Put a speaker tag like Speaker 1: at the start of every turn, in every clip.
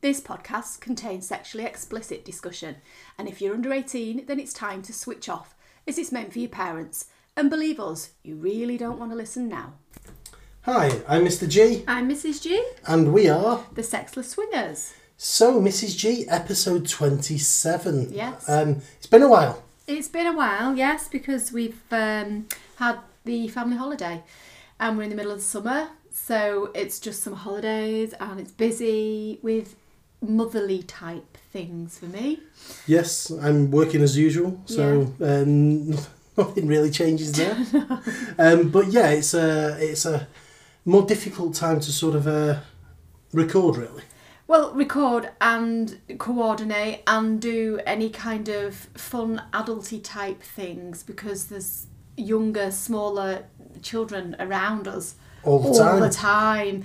Speaker 1: This podcast contains sexually explicit discussion, and if you're under 18, then it's time to switch off, as it's meant for your parents. And believe us, you really don't want to listen now.
Speaker 2: Hi, I'm Mr. G,
Speaker 1: I'm Mrs. G,
Speaker 2: and we are
Speaker 1: the Sexless Swingers.
Speaker 2: So Mrs. G, episode 27.
Speaker 1: Yes.
Speaker 2: Um, it's been a while.
Speaker 1: It's been a while, yes, because we've um, had the family holiday and we're in the middle of the summer, so it's just some holidays and it's busy with motherly type things for me.
Speaker 2: Yes, I'm working as usual, so um, nothing really changes there. um, but yeah, it's a, it's a more difficult time to sort of uh, record, really.
Speaker 1: Well, record and coordinate and do any kind of fun adulty type things because there's younger, smaller children around us
Speaker 2: All the time.
Speaker 1: the time.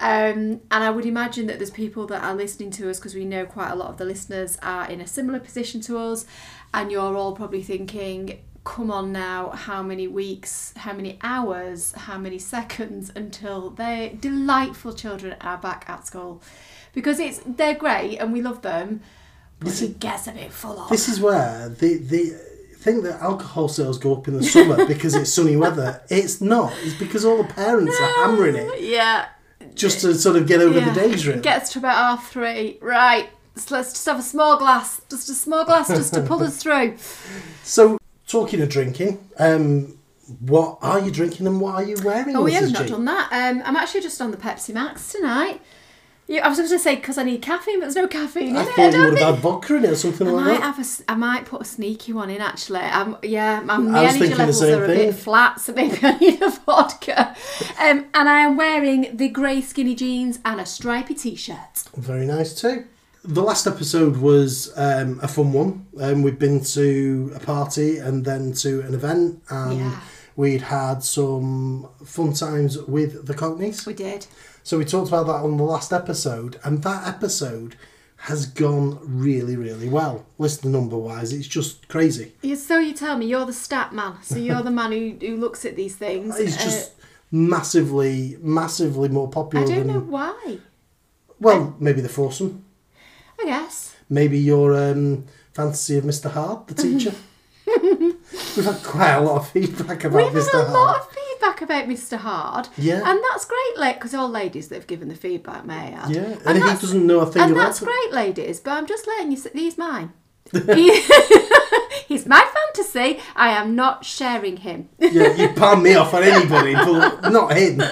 Speaker 1: Um, and I would imagine that there's people that are listening to us because we know quite a lot of the listeners are in a similar position to us, and you're all probably thinking, "Come on now, how many weeks, how many hours, how many seconds until their delightful children are back at school?" Because it's they're great and we love them, but it gets a bit full on.
Speaker 2: This is where the, the thing that alcohol sales go up in the summer because it's sunny weather, it's not. It's because all the parents are hammering it
Speaker 1: Yeah,
Speaker 2: just to sort of get over the
Speaker 1: Yeah.
Speaker 2: days, really.
Speaker 1: Gets to about half three. Right. So let's just have a small glass. Just a small glass just to pull us through.
Speaker 2: So, talking of drinking, um, what are you drinking and what are you wearing?
Speaker 1: Oh, yeah,
Speaker 2: Mrs.
Speaker 1: we've not
Speaker 2: G?
Speaker 1: done that. Um, I'm actually just on the Pepsi Max tonight. Yeah, I was just going to say because I need caffeine, but there's no caffeine in
Speaker 2: I
Speaker 1: it. I
Speaker 2: thought you
Speaker 1: don't
Speaker 2: would
Speaker 1: think.
Speaker 2: have had vodka in it or something
Speaker 1: I
Speaker 2: like
Speaker 1: might
Speaker 2: that.
Speaker 1: have a s I might put a sneaky one in actually. Um, yeah, my the
Speaker 2: was
Speaker 1: energy
Speaker 2: thinking the
Speaker 1: levels
Speaker 2: same
Speaker 1: are a
Speaker 2: thing.
Speaker 1: bit flat, so maybe I need a vodka. Um, and I am wearing the grey skinny jeans and a stripy t-shirt.
Speaker 2: Very nice too. The last episode was um, a fun one. Um, we'd been to a party and then to an event, and
Speaker 1: Yeah.
Speaker 2: we'd had some fun times with the Cockneys.
Speaker 1: We did.
Speaker 2: So we talked about that on the last episode, and that episode has gone really, really well. Listener number wise, it's just crazy.
Speaker 1: Yeah, so you tell me, you're the stat man. So you're the man who, who looks at these things.
Speaker 2: It's
Speaker 1: Uh,
Speaker 2: just massively, massively more
Speaker 1: I
Speaker 2: popular
Speaker 1: don't
Speaker 2: than.
Speaker 1: know why.
Speaker 2: Well, maybe the foursome.
Speaker 1: I guess.
Speaker 2: Maybe your um, fantasy of Mr. Hard, the teacher. We've had quite a lot of feedback
Speaker 1: We've
Speaker 2: about
Speaker 1: had
Speaker 2: Mr.
Speaker 1: a lot
Speaker 2: Hard.
Speaker 1: of feedback about Mr. Hard.
Speaker 2: Yeah.
Speaker 1: And that's great, like, because all ladies that have given the feedback may add.
Speaker 2: Yeah, and,
Speaker 1: And
Speaker 2: he
Speaker 1: that's,
Speaker 2: doesn't know a thing
Speaker 1: and
Speaker 2: about
Speaker 1: that's
Speaker 2: it.
Speaker 1: great, ladies, but I'm just letting you see, he's mine. He- he's my fantasy. I am not sharing him.
Speaker 2: yeah, you palm me off on anybody, but not him.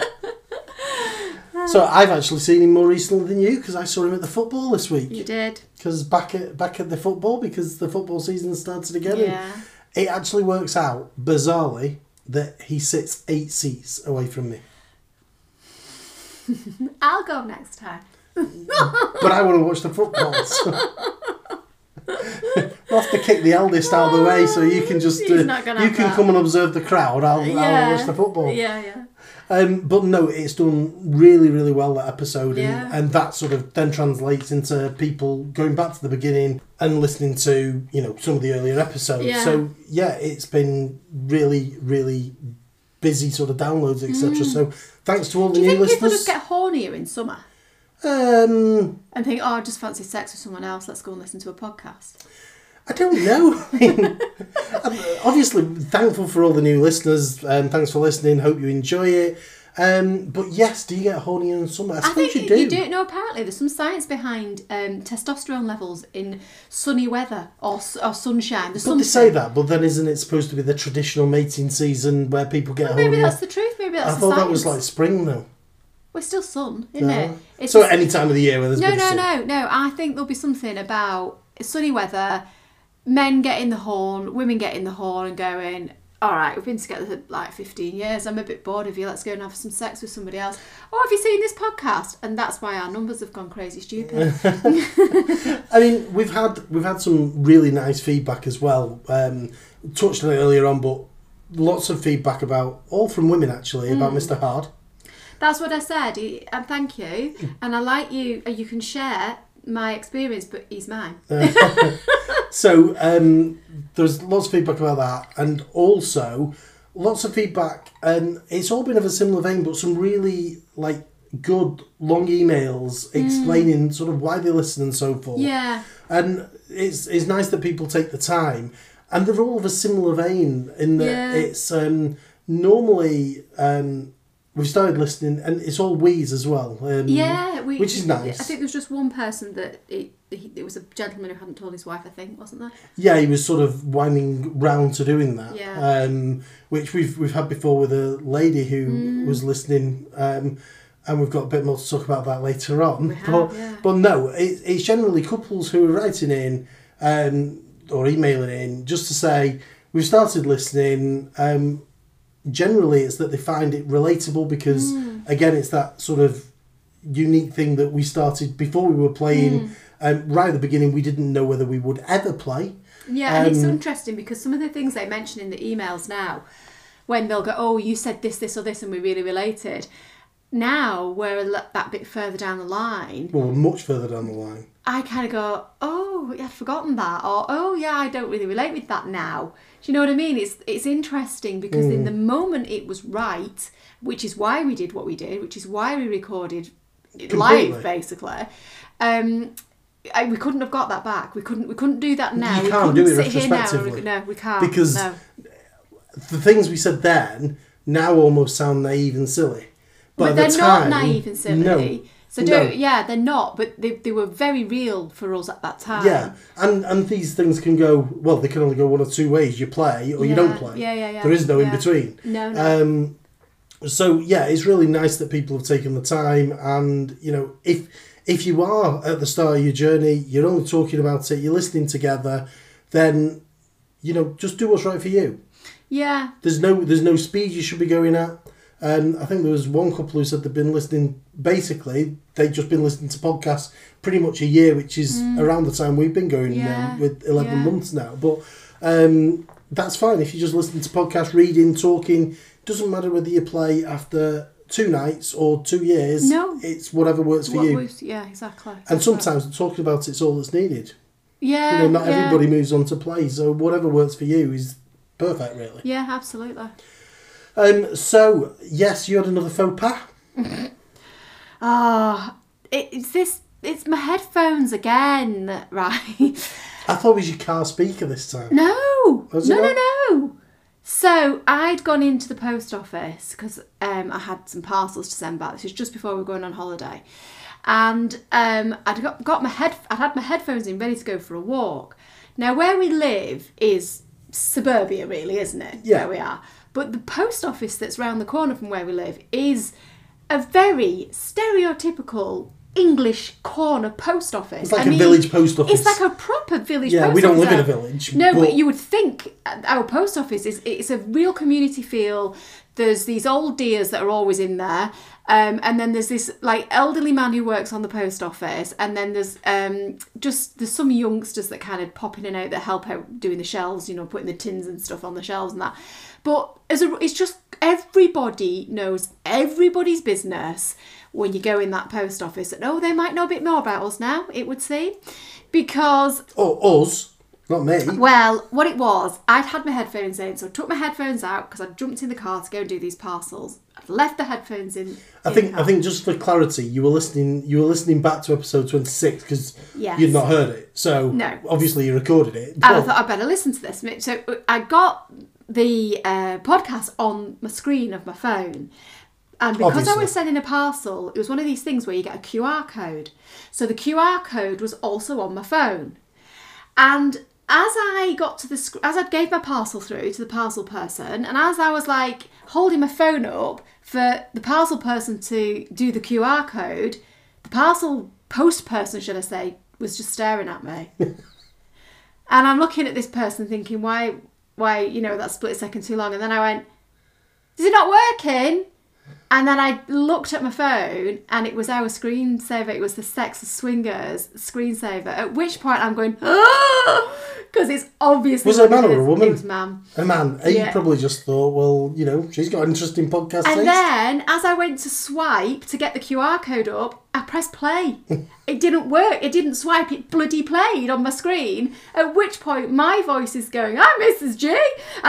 Speaker 2: So I've actually seen him more recently than you because I saw him at the football this
Speaker 1: You
Speaker 2: week.
Speaker 1: did.
Speaker 2: Because back at back at the football because the football season started again. and
Speaker 1: Yeah.
Speaker 2: It actually works out bizarrely that he sits eight seats away from me.
Speaker 1: I'll go next time.
Speaker 2: but I want to watch the football. So. we'll have to kick the eldest out of the way so you can just
Speaker 1: He's not gonna
Speaker 2: you
Speaker 1: have
Speaker 2: can
Speaker 1: that.
Speaker 2: come and observe the crowd. I'll, I'll watch the football.
Speaker 1: Yeah, yeah.
Speaker 2: Um, but no, it's done really, really well that episode,
Speaker 1: Yeah.
Speaker 2: and, and that sort of then translates into people going back to the beginning and listening to you know some of the earlier episodes.
Speaker 1: Yeah.
Speaker 2: So yeah, it's been really, really busy sort of downloads etc. So thanks to all the
Speaker 1: Mm. Do you
Speaker 2: new
Speaker 1: think people just
Speaker 2: listeners.
Speaker 1: get hornier in summer?
Speaker 2: um,
Speaker 1: and think, oh, I just fancy sex with someone else. Let's go and listen to a podcast.
Speaker 2: I don't know. I mean, I'm uh, obviously thankful for all the new listeners. Um, thanks for listening. Hope you enjoy it. Um, but yes, do you get horny in summer? I, suppose you do.
Speaker 1: No, apparently there's some science behind um, testosterone levels in sunny weather or, s- or sunshine. There's
Speaker 2: But they
Speaker 1: something-
Speaker 2: say that, but then isn't it supposed to be the traditional mating season where people get
Speaker 1: Maybe
Speaker 2: horny?
Speaker 1: that's the truth. Maybe that's
Speaker 2: I
Speaker 1: the
Speaker 2: thought
Speaker 1: science.
Speaker 2: that was like spring though.
Speaker 1: we're still sun, isn't it? It's
Speaker 2: so
Speaker 1: just-
Speaker 2: at any time of the year where there's
Speaker 1: no,
Speaker 2: been
Speaker 1: no,
Speaker 2: sun.
Speaker 1: no, no. I think there'll be something about sunny weather, men getting the horn, women getting the horn, and going. All right, we've been together like 15 years. I'm a bit bored of you. Let's go and have some sex with somebody else. Oh, have you seen this podcast? And that's why our numbers have gone crazy stupid.
Speaker 2: I mean, we've had we've had some really nice feedback as well. Um, touched on it earlier on, but lots of feedback about all from women actually
Speaker 1: Hmm.
Speaker 2: about Mr. Hard.
Speaker 1: That's what I said, he- and thank you.
Speaker 2: Mm.
Speaker 1: And I like you. and You can share my experience, but he's mine.
Speaker 2: Oh. So um, there's lots of feedback about that, and also lots of feedback, and it's all been of a similar vein, but some really like good long emails explaining sort of why they listen and so forth.
Speaker 1: Mm. Yeah.
Speaker 2: And it's it's nice that people take the time, and they're all of a similar vein in that
Speaker 1: Yeah.
Speaker 2: it's um, normally um, we've started listening, and it's all we's as well. Um,
Speaker 1: Yeah, we,
Speaker 2: which is nice.
Speaker 1: I think there was just one person that it, he, it was a gentleman who hadn't told his wife. I think wasn't there?
Speaker 2: yeah, he was sort of winding round to doing that.
Speaker 1: Yeah.
Speaker 2: Um, which we've we've had before with a lady who was listening, um, and we've got a bit more to talk about that later on.
Speaker 1: We have,
Speaker 2: but
Speaker 1: yeah.
Speaker 2: but no, it, it's generally couples who are writing in um, or emailing in just to say we've started listening. Um, generally, it's that they find it relatable because
Speaker 1: Hmm.
Speaker 2: again, it's that sort of unique thing that we started before we were playing.
Speaker 1: Hmm.
Speaker 2: Um, right at the beginning, we didn't know whether we would ever play.
Speaker 1: Yeah, and it's
Speaker 2: Um,
Speaker 1: interesting because some of the things they mention in the emails now, when they'll go, "Oh, you said this, this, or this," and we really related. Now we're a l- that bit further down the line.
Speaker 2: Well, we're much further down the line.
Speaker 1: I kind of go, "Oh, yeah, I'd forgotten that," or "Oh, yeah, I don't really relate with that now." Do you know what I mean? It's it's interesting because
Speaker 2: Hmm.
Speaker 1: in the moment it was right, which is why we did what we did, which is why we recorded it
Speaker 2: Completely.
Speaker 1: live, basically. Um, I, we couldn't have got that back. We couldn't. We couldn't do that now.
Speaker 2: You
Speaker 1: we
Speaker 2: can't
Speaker 1: couldn't
Speaker 2: do it
Speaker 1: sit here now. and
Speaker 2: retrospectively.
Speaker 1: rec- no, we can't
Speaker 2: Because
Speaker 1: no.
Speaker 2: The things we said then now almost sound naive and silly. But,
Speaker 1: But,
Speaker 2: at
Speaker 1: they're
Speaker 2: the time,
Speaker 1: not naive and silly.
Speaker 2: No.
Speaker 1: So don't,
Speaker 2: No.
Speaker 1: yeah, they're not, but they, they were very real for us at that time.
Speaker 2: Yeah, and and these things can go well. They can only go one or two ways. You play or you don't
Speaker 1: Yeah,
Speaker 2: play.
Speaker 1: yeah, yeah, yeah,
Speaker 2: There is no in
Speaker 1: yeah.
Speaker 2: between.
Speaker 1: No, no.
Speaker 2: Um, so yeah, it's really nice that people have taken the time, and you know, if if you are at the start of your journey, you're only talking about it, you're listening together, then you know, just do what's right for you.
Speaker 1: yeah.
Speaker 2: There's no there's no speed you should be going at. Um, I think there was one couple who said they've been listening. Basically, they've just been listening to podcasts pretty much a year, which is around the time we've been going
Speaker 1: Mm. Yeah,
Speaker 2: now with eleven
Speaker 1: yeah.
Speaker 2: months now. But um, that's fine if you just listen to podcasts, reading, talking. Doesn't matter whether you play after two nights or two years.
Speaker 1: No.
Speaker 2: it's whatever works for
Speaker 1: What
Speaker 2: you.
Speaker 1: was- yeah, exactly.
Speaker 2: and
Speaker 1: That's
Speaker 2: sometimes talking about it's all that's needed.
Speaker 1: right. yeah,
Speaker 2: You know, not
Speaker 1: yeah,
Speaker 2: everybody moves on to play, so whatever works for you is perfect, really.
Speaker 1: Yeah, absolutely.
Speaker 2: Um, so yes, you had another faux pas.
Speaker 1: Ah, it, it's this. It's my headphones again, right?
Speaker 2: I thought it was your car speaker this time.
Speaker 1: No,
Speaker 2: Was it
Speaker 1: no, no,
Speaker 2: not?
Speaker 1: no. So I'd gone into the post office because um, I had some parcels to send back. This is just before we were going on holiday, and um, I'd got, got my head. I'd had my headphones in, ready to go for a walk. Now where we live is suburbia, really, isn't it?
Speaker 2: Yeah.
Speaker 1: where we are. But the post office that's round the corner from where we live is a very stereotypical English corner post office.
Speaker 2: It's like a village post office.
Speaker 1: It's like a proper village.
Speaker 2: Yeah,
Speaker 1: post
Speaker 2: we don't
Speaker 1: office.
Speaker 2: live in a village,
Speaker 1: No, but,
Speaker 2: but-
Speaker 1: you would think our post office is it's a real community feel. There's these old dears that are always in there, um, and then there's this like elderly man who works on the post office, and then there's um, just there's some youngsters that kind of pop in and out that help out doing the shelves, you know, putting the tins and stuff on the shelves and that. But as a, it's just everybody knows everybody's business when you go in that post office, and oh, they might know a bit more about us now. It would seem because
Speaker 2: Or us, not me.
Speaker 1: well, what it was, I'd had my headphones in, so I took my headphones out because I jumped in the car to go and do these parcels. I'd left the headphones in.
Speaker 2: I
Speaker 1: in
Speaker 2: think
Speaker 1: the
Speaker 2: I
Speaker 1: car.
Speaker 2: think just for clarity, you were listening. You were listening back to episode twenty six because
Speaker 1: Yes.
Speaker 2: you'd not heard it. So
Speaker 1: No.
Speaker 2: obviously you recorded it.
Speaker 1: And I
Speaker 2: but-
Speaker 1: thought I'd better listen to this. So I got the uh, podcast on my screen of my phone. And because I
Speaker 2: Obviously.
Speaker 1: was sending a parcel, it was one of these things where you get a QR code. So the QR code was also on my phone. And as I got to the sc- as I gave my parcel through to the parcel person, and as I was like holding my phone up for the parcel person to do the QR code, the parcel post person, should I say, was just staring at me. and I'm looking at this person thinking, why, why, you know, that split second too long. And then I went, is it not working? And then I looked at my phone and it was our screensaver. It was the Sex of Swingers screensaver. At which point I'm going, because it's obviously.
Speaker 2: Was it a
Speaker 1: what
Speaker 2: man or a
Speaker 1: is.
Speaker 2: woman?
Speaker 1: It was man.
Speaker 2: a man, he
Speaker 1: Yeah.
Speaker 2: probably just thought, well, you know, she's got an interesting
Speaker 1: And
Speaker 2: podcast. taste.
Speaker 1: then as I went to swipe to get the QR code up, I pressed play. it didn't work. It didn't swipe. It bloody played on my screen. At which point, my voice is going, I'm Mrs. G, and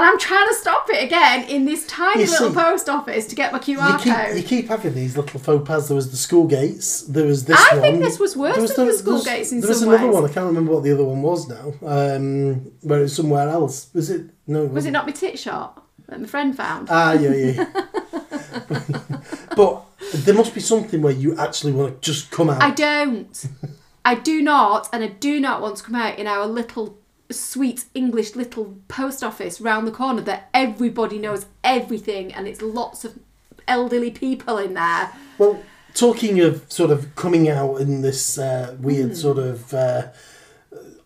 Speaker 1: I'm trying to stop it again in this tiny
Speaker 2: You
Speaker 1: little
Speaker 2: see,
Speaker 1: post office to get my QR
Speaker 2: You keep,
Speaker 1: code.
Speaker 2: you keep having these little faux pas. There was the school gates. There was this
Speaker 1: I
Speaker 2: one.
Speaker 1: think this was worse
Speaker 2: There
Speaker 1: than the
Speaker 2: there
Speaker 1: school
Speaker 2: was-
Speaker 1: gates in
Speaker 2: There was
Speaker 1: some
Speaker 2: another
Speaker 1: ways.
Speaker 2: one. I can't remember what the other one was now. Um, where it was somewhere else. Was it? No.
Speaker 1: Was it not my tit shot that my friend found?
Speaker 2: Ah, yeah, yeah. yeah. but there must be something where you actually want to just come out.
Speaker 1: I don't. I do not, and I do not want to come out in our little sweet English little post office round the corner that everybody knows everything and it's lots of elderly people in there.
Speaker 2: Well, talking of sort of coming out in this uh,
Speaker 1: Hmm.
Speaker 2: weird sort of uh,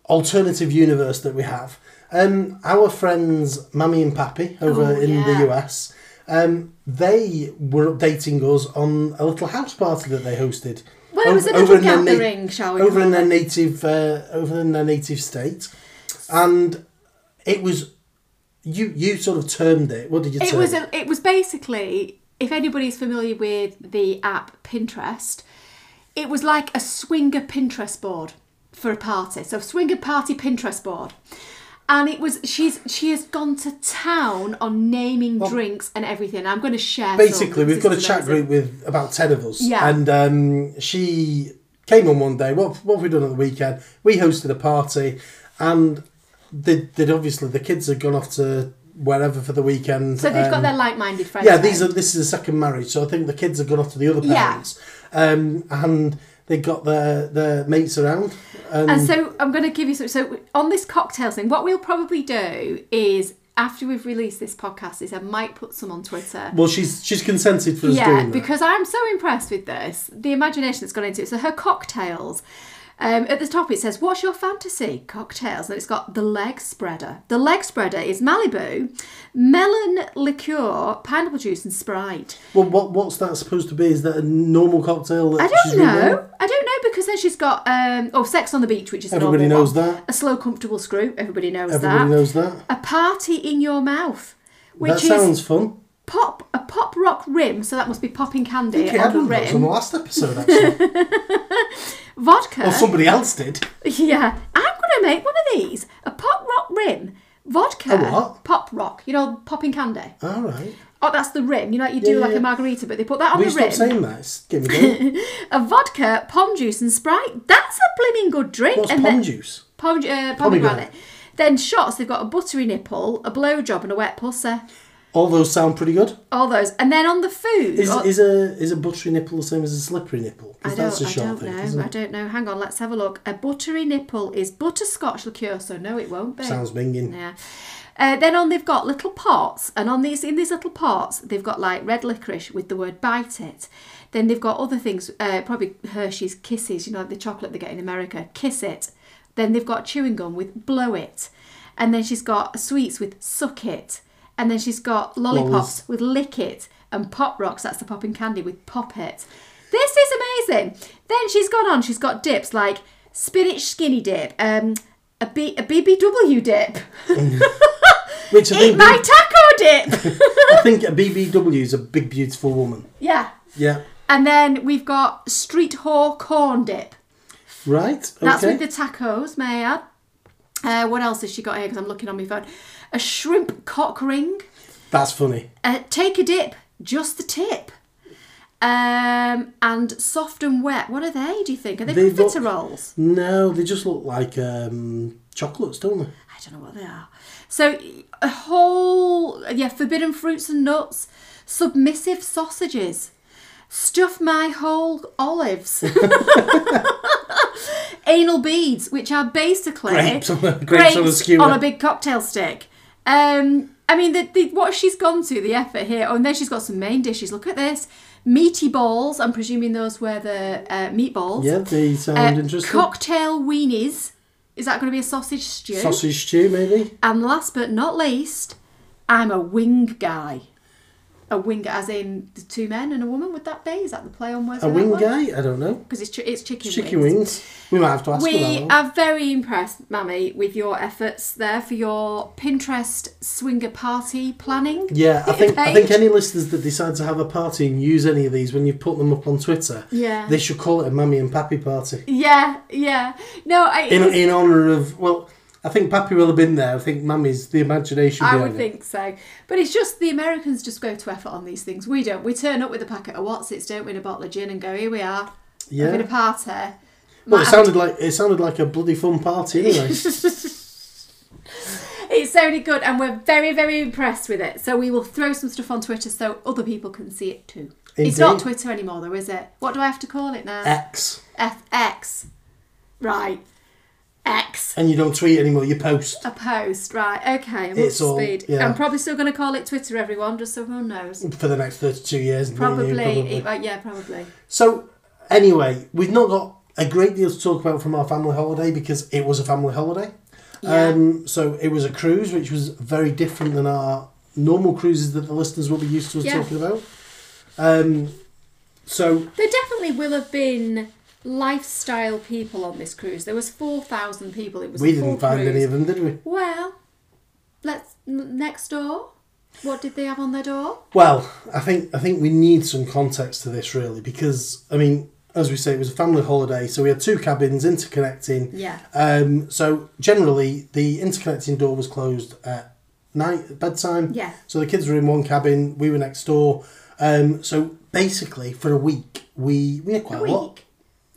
Speaker 2: alternative universe that we have, um, our friends Mammy and Pappy over
Speaker 1: Oh,
Speaker 2: in
Speaker 1: yeah.
Speaker 2: the US, um, they were updating us on a little house party that they hosted.
Speaker 1: Well, it was a
Speaker 2: Over- over
Speaker 1: little
Speaker 2: in their na-
Speaker 1: gathering, shall we?
Speaker 2: over
Speaker 1: call
Speaker 2: in their
Speaker 1: it?
Speaker 2: native uh, over in their native state, and it was you you sort of termed it. What did you
Speaker 1: It
Speaker 2: term
Speaker 1: was a, it was basically if anybody's familiar with the app Pinterest, it was like a swinger Pinterest board for a party. So swinger party Pinterest board. And it was she's she has gone to town on naming drinks and everything. I'm going to share. some,
Speaker 2: basically
Speaker 1: because
Speaker 2: we've got a
Speaker 1: this is
Speaker 2: chat
Speaker 1: amazing.
Speaker 2: group with about 10 of us
Speaker 1: Yeah.
Speaker 2: and um, she came on one day what, what have we done at the weekend we hosted a party and they they'd obviously the kids had gone off to wherever for the weekend
Speaker 1: So they've got
Speaker 2: um,
Speaker 1: their like-minded friends.
Speaker 2: yeah these
Speaker 1: then.
Speaker 2: are this is a second marriage so i think the kids have gone off to the other
Speaker 1: Yeah.
Speaker 2: parents um, and they got their their mates around and,
Speaker 1: And so I'm going to give you some. So on this cocktail thing, what we'll probably do is after we've released this podcast, is I might put some on Twitter.
Speaker 2: well she's she's consented for us
Speaker 1: yeah,
Speaker 2: doing that
Speaker 1: because I'm so impressed with this, the imagination that's gone into it. So her cocktails. Um, at the top it says, "What's your fantasy cocktails?" And it's got the leg spreader. The leg spreader is Malibu, melon liqueur, pineapple juice, and Sprite.
Speaker 2: well what what's that supposed to be is that a normal cocktail that
Speaker 1: I
Speaker 2: she's
Speaker 1: don't
Speaker 2: been doing?
Speaker 1: know. I don't know because then she's got um, oh, sex on the beach, which is a
Speaker 2: Everybody
Speaker 1: normal
Speaker 2: knows
Speaker 1: one.
Speaker 2: that.
Speaker 1: A slow, comfortable screw. Everybody knows
Speaker 2: everybody
Speaker 1: that.
Speaker 2: knows that
Speaker 1: A party in your mouth, which
Speaker 2: that
Speaker 1: is
Speaker 2: sounds fun
Speaker 1: pop a pop rock rim. So that must be popping candy
Speaker 2: Yeah, I
Speaker 1: on the
Speaker 2: done that on
Speaker 1: rim.
Speaker 2: the last episode, actually.
Speaker 1: Vodka.
Speaker 2: or somebody else did.
Speaker 1: Yeah, I'm gonna make one of these. A pop rock rim, vodka.
Speaker 2: A what?
Speaker 1: Pop rock. You know, popping candy.
Speaker 2: All right.
Speaker 1: Oh, that's the rim. You know, like you do
Speaker 2: Yeah,
Speaker 1: like
Speaker 2: yeah.
Speaker 1: a margarita, but they put that on
Speaker 2: We
Speaker 1: the rim.
Speaker 2: stopped saying that. It's getting me going.
Speaker 1: A vodka, pom juice, and Sprite. That's a blimmin' good drink.
Speaker 2: What's
Speaker 1: and
Speaker 2: pom
Speaker 1: then,
Speaker 2: juice?
Speaker 1: Pom, uh, pomegranate. Then shots. They've got a buttery nipple, a blowjob, and a wet pussy.
Speaker 2: All those sound pretty good.
Speaker 1: All those. And then on the food.
Speaker 2: Is,
Speaker 1: oh,
Speaker 2: is a is a buttery nipple the same as a slippery nipple?
Speaker 1: I
Speaker 2: 'Cause
Speaker 1: don't,
Speaker 2: that's a
Speaker 1: I
Speaker 2: short
Speaker 1: don't
Speaker 2: thing.
Speaker 1: know.
Speaker 2: isn't
Speaker 1: I
Speaker 2: it?
Speaker 1: don't know. Hang on, let's have a look. A buttery nipple is butterscotch liqueur, so no, it won't be.
Speaker 2: Sounds minging.
Speaker 1: Yeah. Uh, then on they've got little pots, and on these in these little pots they've got like red licorice with the word "bite it." Then they've got other things, uh, probably Hershey's Kisses, you know, the chocolate they get in America, Kiss It. Then they've got chewing gum with Blow It, and then she's got sweets with Suck It, and then she's got lollipops with Lick It, and Pop Rocks, that's the popping candy with Pop It. This is amazing. Then she's gone on. She's got dips like spinach skinny dip, um, a, B, a BBW dip,
Speaker 2: Which I
Speaker 1: eat
Speaker 2: think,
Speaker 1: my taco dip.
Speaker 2: I think a BBW is a big beautiful woman.
Speaker 1: yeah.
Speaker 2: Yeah.
Speaker 1: And then we've got street whore corn dip.
Speaker 2: Right. Okay.
Speaker 1: That's with the tacos, may I add. Uh, what else has she got here? Because I'm looking on my phone. A shrimp cock ring.
Speaker 2: That's funny.
Speaker 1: Uh, take a dip, just the tip. Um, and soft and wet. What are they? Do you think? Are they
Speaker 2: They look-
Speaker 1: profiteroles?
Speaker 2: No, they just look like um, chocolates, don't they?
Speaker 1: I don't know what they are. So a whole yeah, forbidden fruits and nuts, submissive sausages, stuff my whole olives, anal beads, which are basically
Speaker 2: Grapes on a- grapes on a
Speaker 1: grapes
Speaker 2: skewer.
Speaker 1: on a big cocktail stick. Um, I mean, the, the, what she's gone to, the effort here. Oh, and then she's got some main dishes. Look at this. Meaty balls. I'm presuming those were the uh, meatballs.
Speaker 2: Yeah, they sound
Speaker 1: Uh,
Speaker 2: interesting.
Speaker 1: cocktail weenies. Is that going to be a sausage stew?
Speaker 2: Sausage stew, maybe.
Speaker 1: And last but not least, I'm a wing guy. a winger, as in the two men and a woman. Would that be? Is that the play on words?
Speaker 2: A wing guy? I don't know.
Speaker 1: Because it's chi- it's chicken.
Speaker 2: Chicken
Speaker 1: wings.
Speaker 2: wings. We might have to ask for that.
Speaker 1: We
Speaker 2: one.
Speaker 1: are very impressed, Mammy, with your efforts there for your Pinterest swinger party planning.
Speaker 2: Yeah, I think I
Speaker 1: page.
Speaker 2: think any listeners that decide to have a party and use any of these when you put them up on Twitter,
Speaker 1: Yeah.
Speaker 2: they should call it a mammy and pappy party
Speaker 1: Yeah, yeah. No, I,
Speaker 2: in in honor of well, I think pappy will have been there. I think mammy's the imagination.
Speaker 1: I
Speaker 2: behind
Speaker 1: would
Speaker 2: it.
Speaker 1: think so. But it's just the Americans just go to effort on these things. We don't. We turn up with a packet of Watsits, don't we, and a bottle of gin and go, here we are,
Speaker 2: Yeah.
Speaker 1: having a party.
Speaker 2: Well,
Speaker 1: Might
Speaker 2: it
Speaker 1: have
Speaker 2: sounded like it sounded like a bloody fun party anyway.
Speaker 1: It's sounded good, and we're very, very impressed with it. So we will throw some stuff on Twitter so other people can see it too. It's not
Speaker 2: Indeed.
Speaker 1: Twitter anymore, though, is it? What do I have to call it now?
Speaker 2: X,
Speaker 1: FX. Right. X.
Speaker 2: and you don't tweet anymore. You post.
Speaker 1: A post. Right. Okay. I'm up
Speaker 2: It's
Speaker 1: to
Speaker 2: all-
Speaker 1: speed.
Speaker 2: yeah.
Speaker 1: I'm probably still going to call it Twitter, everyone, just so everyone knows.
Speaker 2: For the next thirty-two years, me and you,
Speaker 1: Probably.
Speaker 2: probably.
Speaker 1: uh, yeah, probably.
Speaker 2: So anyway, we've not got a great deal to talk about from our family holiday because it was a family holiday.
Speaker 1: Yeah.
Speaker 2: Um, so it was a cruise, which was very different than our normal cruises that the listeners will be used to us
Speaker 1: Yeah.
Speaker 2: talking about. Um, so
Speaker 1: There definitely will have been lifestyle people on this cruise. There was 4,000 people. It was
Speaker 2: we
Speaker 1: a full
Speaker 2: didn't find
Speaker 1: cruise.
Speaker 2: any of them, did we?
Speaker 1: Well, let's n- next door. What did they have on their door?
Speaker 2: Well, I think I think we need some context to this really because I mean, as we say, it was a family holiday, so we had two cabins interconnecting.
Speaker 1: Yeah.
Speaker 2: Um, so generally, the interconnecting door was closed at night bedtime.
Speaker 1: Yeah.
Speaker 2: So the kids were in one cabin, we were next door. Um, so basically, for a week, we we had quite a, lot.
Speaker 1: week?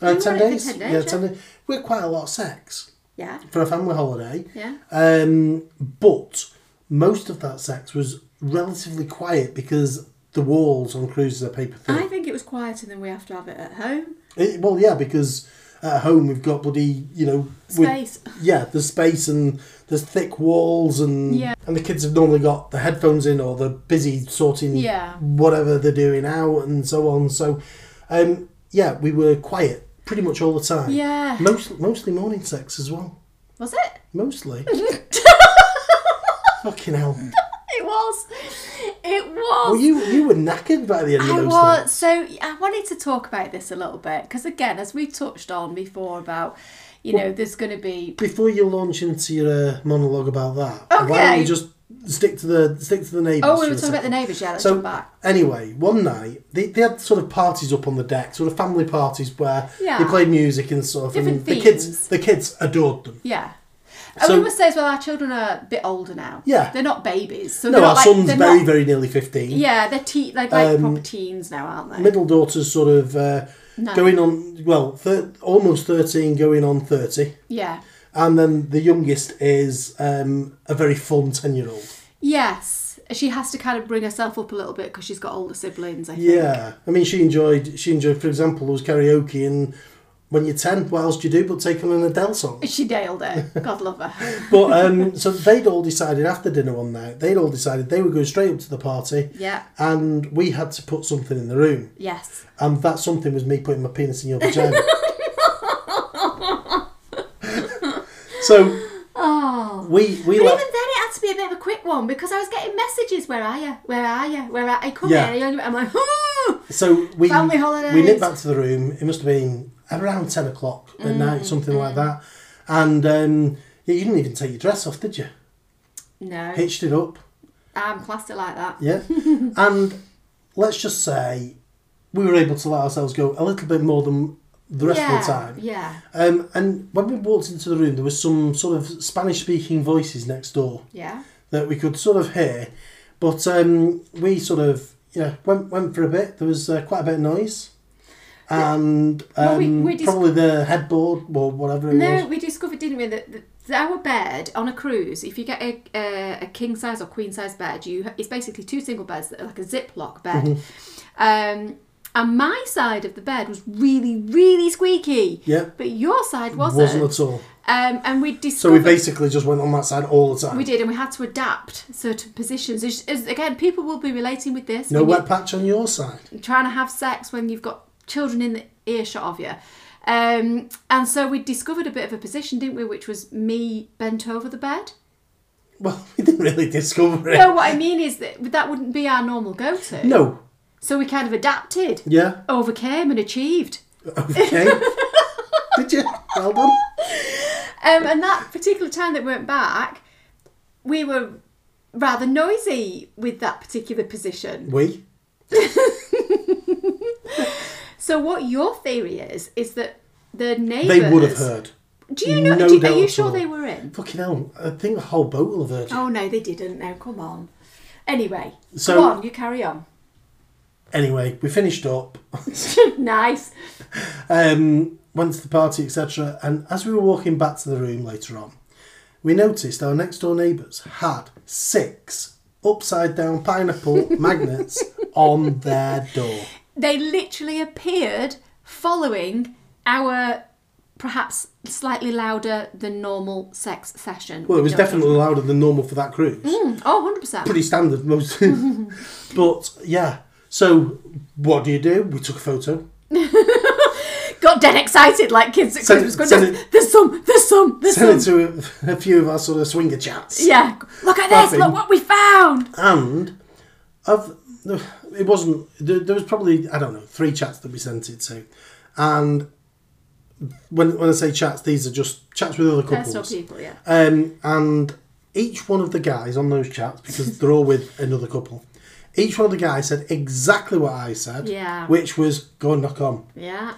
Speaker 2: Uh,
Speaker 1: We
Speaker 2: ten
Speaker 1: were in
Speaker 2: days.
Speaker 1: for 10 days,
Speaker 2: yeah,
Speaker 1: yeah.
Speaker 2: ten days. We had quite a lot of sex
Speaker 1: Yeah.
Speaker 2: for a family holiday.
Speaker 1: Yeah.
Speaker 2: Um, but most of that sex was relatively quiet because the walls on cruises are paper thin.
Speaker 1: I think it was quieter than we have to have it at home.
Speaker 2: It, well, yeah, because at home we've got bloody, you know, we-
Speaker 1: Space.
Speaker 2: yeah, there's space and there's thick walls and
Speaker 1: Yeah.
Speaker 2: and the kids have normally got the headphones in or they're busy sorting
Speaker 1: Yeah.
Speaker 2: whatever they're doing out and so on. So, um, yeah, we were quiet pretty much all the time.
Speaker 1: Yeah.
Speaker 2: Most, mostly morning sex as well.
Speaker 1: Was it?
Speaker 2: Mostly. Fucking hell.
Speaker 1: It was. It was.
Speaker 2: Well, you you were knackered by the end of
Speaker 1: I
Speaker 2: those
Speaker 1: was
Speaker 2: things.
Speaker 1: so I wanted to talk about this a little bit because again, as we touched on before about, you know, there's going to be
Speaker 2: Before you launch into your uh, monologue about that, why don't
Speaker 1: Okay.
Speaker 2: you just stick to the stick to the neighbours?
Speaker 1: Oh, we
Speaker 2: for
Speaker 1: were
Speaker 2: a
Speaker 1: talking about the
Speaker 2: second?
Speaker 1: neighbours. Yeah, let's
Speaker 2: So
Speaker 1: come back.
Speaker 2: anyway, one night they, they had sort of parties up on the deck, sort of family parties where
Speaker 1: Yeah.
Speaker 2: they played music and stuff. and
Speaker 1: Different
Speaker 2: the kids
Speaker 1: themes.
Speaker 2: the kids adored them.
Speaker 1: Yeah. And
Speaker 2: So-
Speaker 1: we must say as well, our children are a bit older now.
Speaker 2: Yeah.
Speaker 1: They're not babies. So
Speaker 2: No,
Speaker 1: they're
Speaker 2: our
Speaker 1: not like,
Speaker 2: son's
Speaker 1: they're
Speaker 2: very
Speaker 1: not,
Speaker 2: very nearly fifteen.
Speaker 1: Yeah, they're te- like, like
Speaker 2: Um,
Speaker 1: proper teens now, aren't they?
Speaker 2: Middle daughter's sort of uh,
Speaker 1: No.
Speaker 2: going on well, thir- almost thirteen, going on thirty,
Speaker 1: Yeah.
Speaker 2: and then the youngest is um, a very fun ten year old.
Speaker 1: Yes. She has to kind of bring herself up a little bit because she's got older siblings, I think.
Speaker 2: Yeah, I mean, she enjoyed. She enjoyed, for example, there was karaoke, and when you're ten, what else do you do but take on an Adele song?
Speaker 1: She nailed it. God love her.
Speaker 2: But um, so they'd all decided after dinner one night, they'd all decided they would go straight up to the party,
Speaker 1: Yeah.
Speaker 2: and we had to put something in the room,
Speaker 1: Yes.
Speaker 2: and that something was me putting my penis in your vagina. so
Speaker 1: Oh.
Speaker 2: we we
Speaker 1: But
Speaker 2: let-
Speaker 1: even then, it had to be a bit of a quick one because I was getting messages. Where are you? Where are you? Where are you? Come
Speaker 2: Yeah.
Speaker 1: here. And I'm like, "Ooh."
Speaker 2: So we
Speaker 1: Family holidays.
Speaker 2: we nipped back to the room. It must have been around ten o'clock
Speaker 1: Mm,
Speaker 2: at night, something like that. And um, yeah, you didn't even take your dress off, did you?
Speaker 1: No,
Speaker 2: Hitched it up,
Speaker 1: I'm classed it like that.
Speaker 2: yeah. and let's just say we were able to let ourselves go a little bit more than the rest
Speaker 1: yeah,
Speaker 2: of the time.
Speaker 1: Yeah,
Speaker 2: Um, and when we walked into the room, there was some sort of Spanish-speaking voices next door
Speaker 1: yeah.
Speaker 2: that we could sort of hear, but um, we sort of yeah went went for a bit. There was uh, quite a bit of noise, and um,
Speaker 1: Well, we- we dis-
Speaker 2: probably the headboard or whatever it
Speaker 1: No,
Speaker 2: was.
Speaker 1: we discovered, didn't we, that, that our bed on a cruise, if you get a, a, a king size or queen size bed, you it's basically two single beds that are like a Ziploc bed.
Speaker 2: Mm-hmm.
Speaker 1: Um, and my side of the bed was really, really squeaky.
Speaker 2: Yeah.
Speaker 1: But your side wasn't.
Speaker 2: Wasn't at all.
Speaker 1: Um, and we
Speaker 2: So
Speaker 1: discovered.
Speaker 2: we basically just went on that side all the time.
Speaker 1: We did, and we had to adapt certain positions. It's- it's- again, people will be relating with this.
Speaker 2: No
Speaker 1: when
Speaker 2: wet patch on your side.
Speaker 1: you're trying to have sex when you've got children in the earshot of you. Um, and so we discovered a bit of a position, didn't we? Which was me bent over the bed.
Speaker 2: Well, we didn't really discover it.
Speaker 1: No, what I mean is that that wouldn't be our normal go to.
Speaker 2: No.
Speaker 1: So we kind of adapted,
Speaker 2: Yeah.
Speaker 1: overcame, and achieved.
Speaker 2: Okay. Did you? Well done.
Speaker 1: Um, and that particular time that we went back, we were rather noisy with that particular position.
Speaker 2: We.
Speaker 1: So what your theory is is that the neighbours
Speaker 2: They would have heard.
Speaker 1: Do you know?
Speaker 2: No
Speaker 1: do-
Speaker 2: doubt
Speaker 1: are you
Speaker 2: at
Speaker 1: sure
Speaker 2: all.
Speaker 1: they were in?
Speaker 2: Fucking hell. I think the whole boat will have heard.
Speaker 1: Oh no, they didn't. No, come on. Anyway,
Speaker 2: So-
Speaker 1: go on. You carry on.
Speaker 2: Anyway, we finished up.
Speaker 1: nice.
Speaker 2: um, went to the party, etc. And as we were walking back to the room later on, we noticed our next door neighbours had six upside down pineapple magnets on their door.
Speaker 1: They literally appeared following our perhaps slightly louder than normal sex session.
Speaker 2: Well, it
Speaker 1: with
Speaker 2: was
Speaker 1: no-
Speaker 2: definitely louder than normal for that cruise.
Speaker 1: Mm, Oh, 100%.
Speaker 2: Pretty standard, most. but yeah, so what do you do? We took a photo.
Speaker 1: Got dead excited like kids at
Speaker 2: Send it-
Speaker 1: Christmas. going,
Speaker 2: send
Speaker 1: there's, there's some, there's some, there's
Speaker 2: Sent it
Speaker 1: some.
Speaker 2: to a, a few of our sort of swinger chats.
Speaker 1: Yeah. Look at this.
Speaker 2: Laughing.
Speaker 1: Look what we found.
Speaker 2: and of it wasn't there, there was probably I don't know three chats that we sent it to, and when when I say chats, these are just chats with other
Speaker 1: Personal
Speaker 2: couples.
Speaker 1: people, yeah.
Speaker 2: Um, and each one of the guys on those chats because they're all with another couple. Each one of the guys said exactly what I said,
Speaker 1: Yeah.
Speaker 2: which was go and knock on.
Speaker 1: Yeah.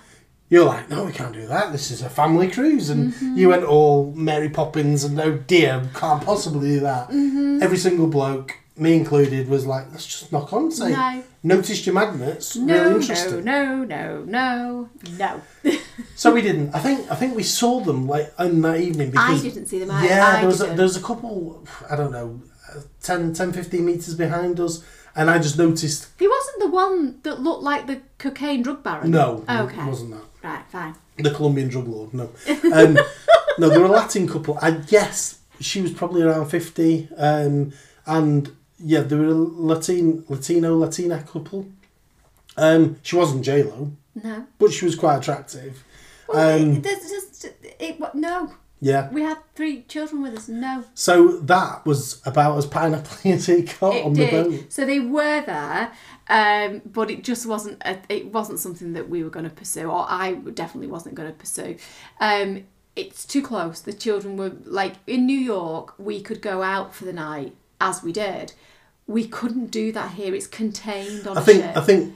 Speaker 2: You're like, no, we can't do that. This is a family cruise, and
Speaker 1: Mm-hmm.
Speaker 2: you went all Mary Poppins and oh dear, can't possibly do that.
Speaker 1: Mm-hmm.
Speaker 2: Every single bloke, me included, was like, let's just knock on, say,
Speaker 1: No.
Speaker 2: noticed your magnets, really
Speaker 1: No, no,
Speaker 2: interesting.
Speaker 1: no, no, no, no.
Speaker 2: So we didn't. I think I think we saw them like on that evening
Speaker 1: I
Speaker 2: because
Speaker 1: didn't see them. I,
Speaker 2: yeah,
Speaker 1: I
Speaker 2: there was a,
Speaker 1: didn't.
Speaker 2: there was a couple. I don't know, uh, 10, 10 15 meters behind us, and I just noticed.
Speaker 1: He wasn't the one that looked like the cocaine drug baron. Oh,
Speaker 2: No,
Speaker 1: Okay.
Speaker 2: it wasn't that.
Speaker 1: Right, fine.
Speaker 2: The Colombian drug lord, no. Um, no, they were a Latin couple. I guess she was probably around 50. Um, and yeah, they were a Latin, Latino, Latina couple. Um, she wasn't J-Lo,
Speaker 1: No.
Speaker 2: but she was quite attractive.
Speaker 1: Well,
Speaker 2: Um,
Speaker 1: it, there's just it, wa- no.
Speaker 2: Yeah.
Speaker 1: We had three children with us. No,
Speaker 2: So that was about as pineapple as it got
Speaker 1: it
Speaker 2: on the
Speaker 1: did.
Speaker 2: boat.
Speaker 1: So they were there, um, but it just wasn't. A, it wasn't something that we were going to pursue, or I definitely wasn't going to pursue. Um, it's too close. The children were like in New York. We could go out for the night as we did. We couldn't do that here. It's contained on
Speaker 2: I
Speaker 1: a
Speaker 2: think,
Speaker 1: ship.
Speaker 2: I think,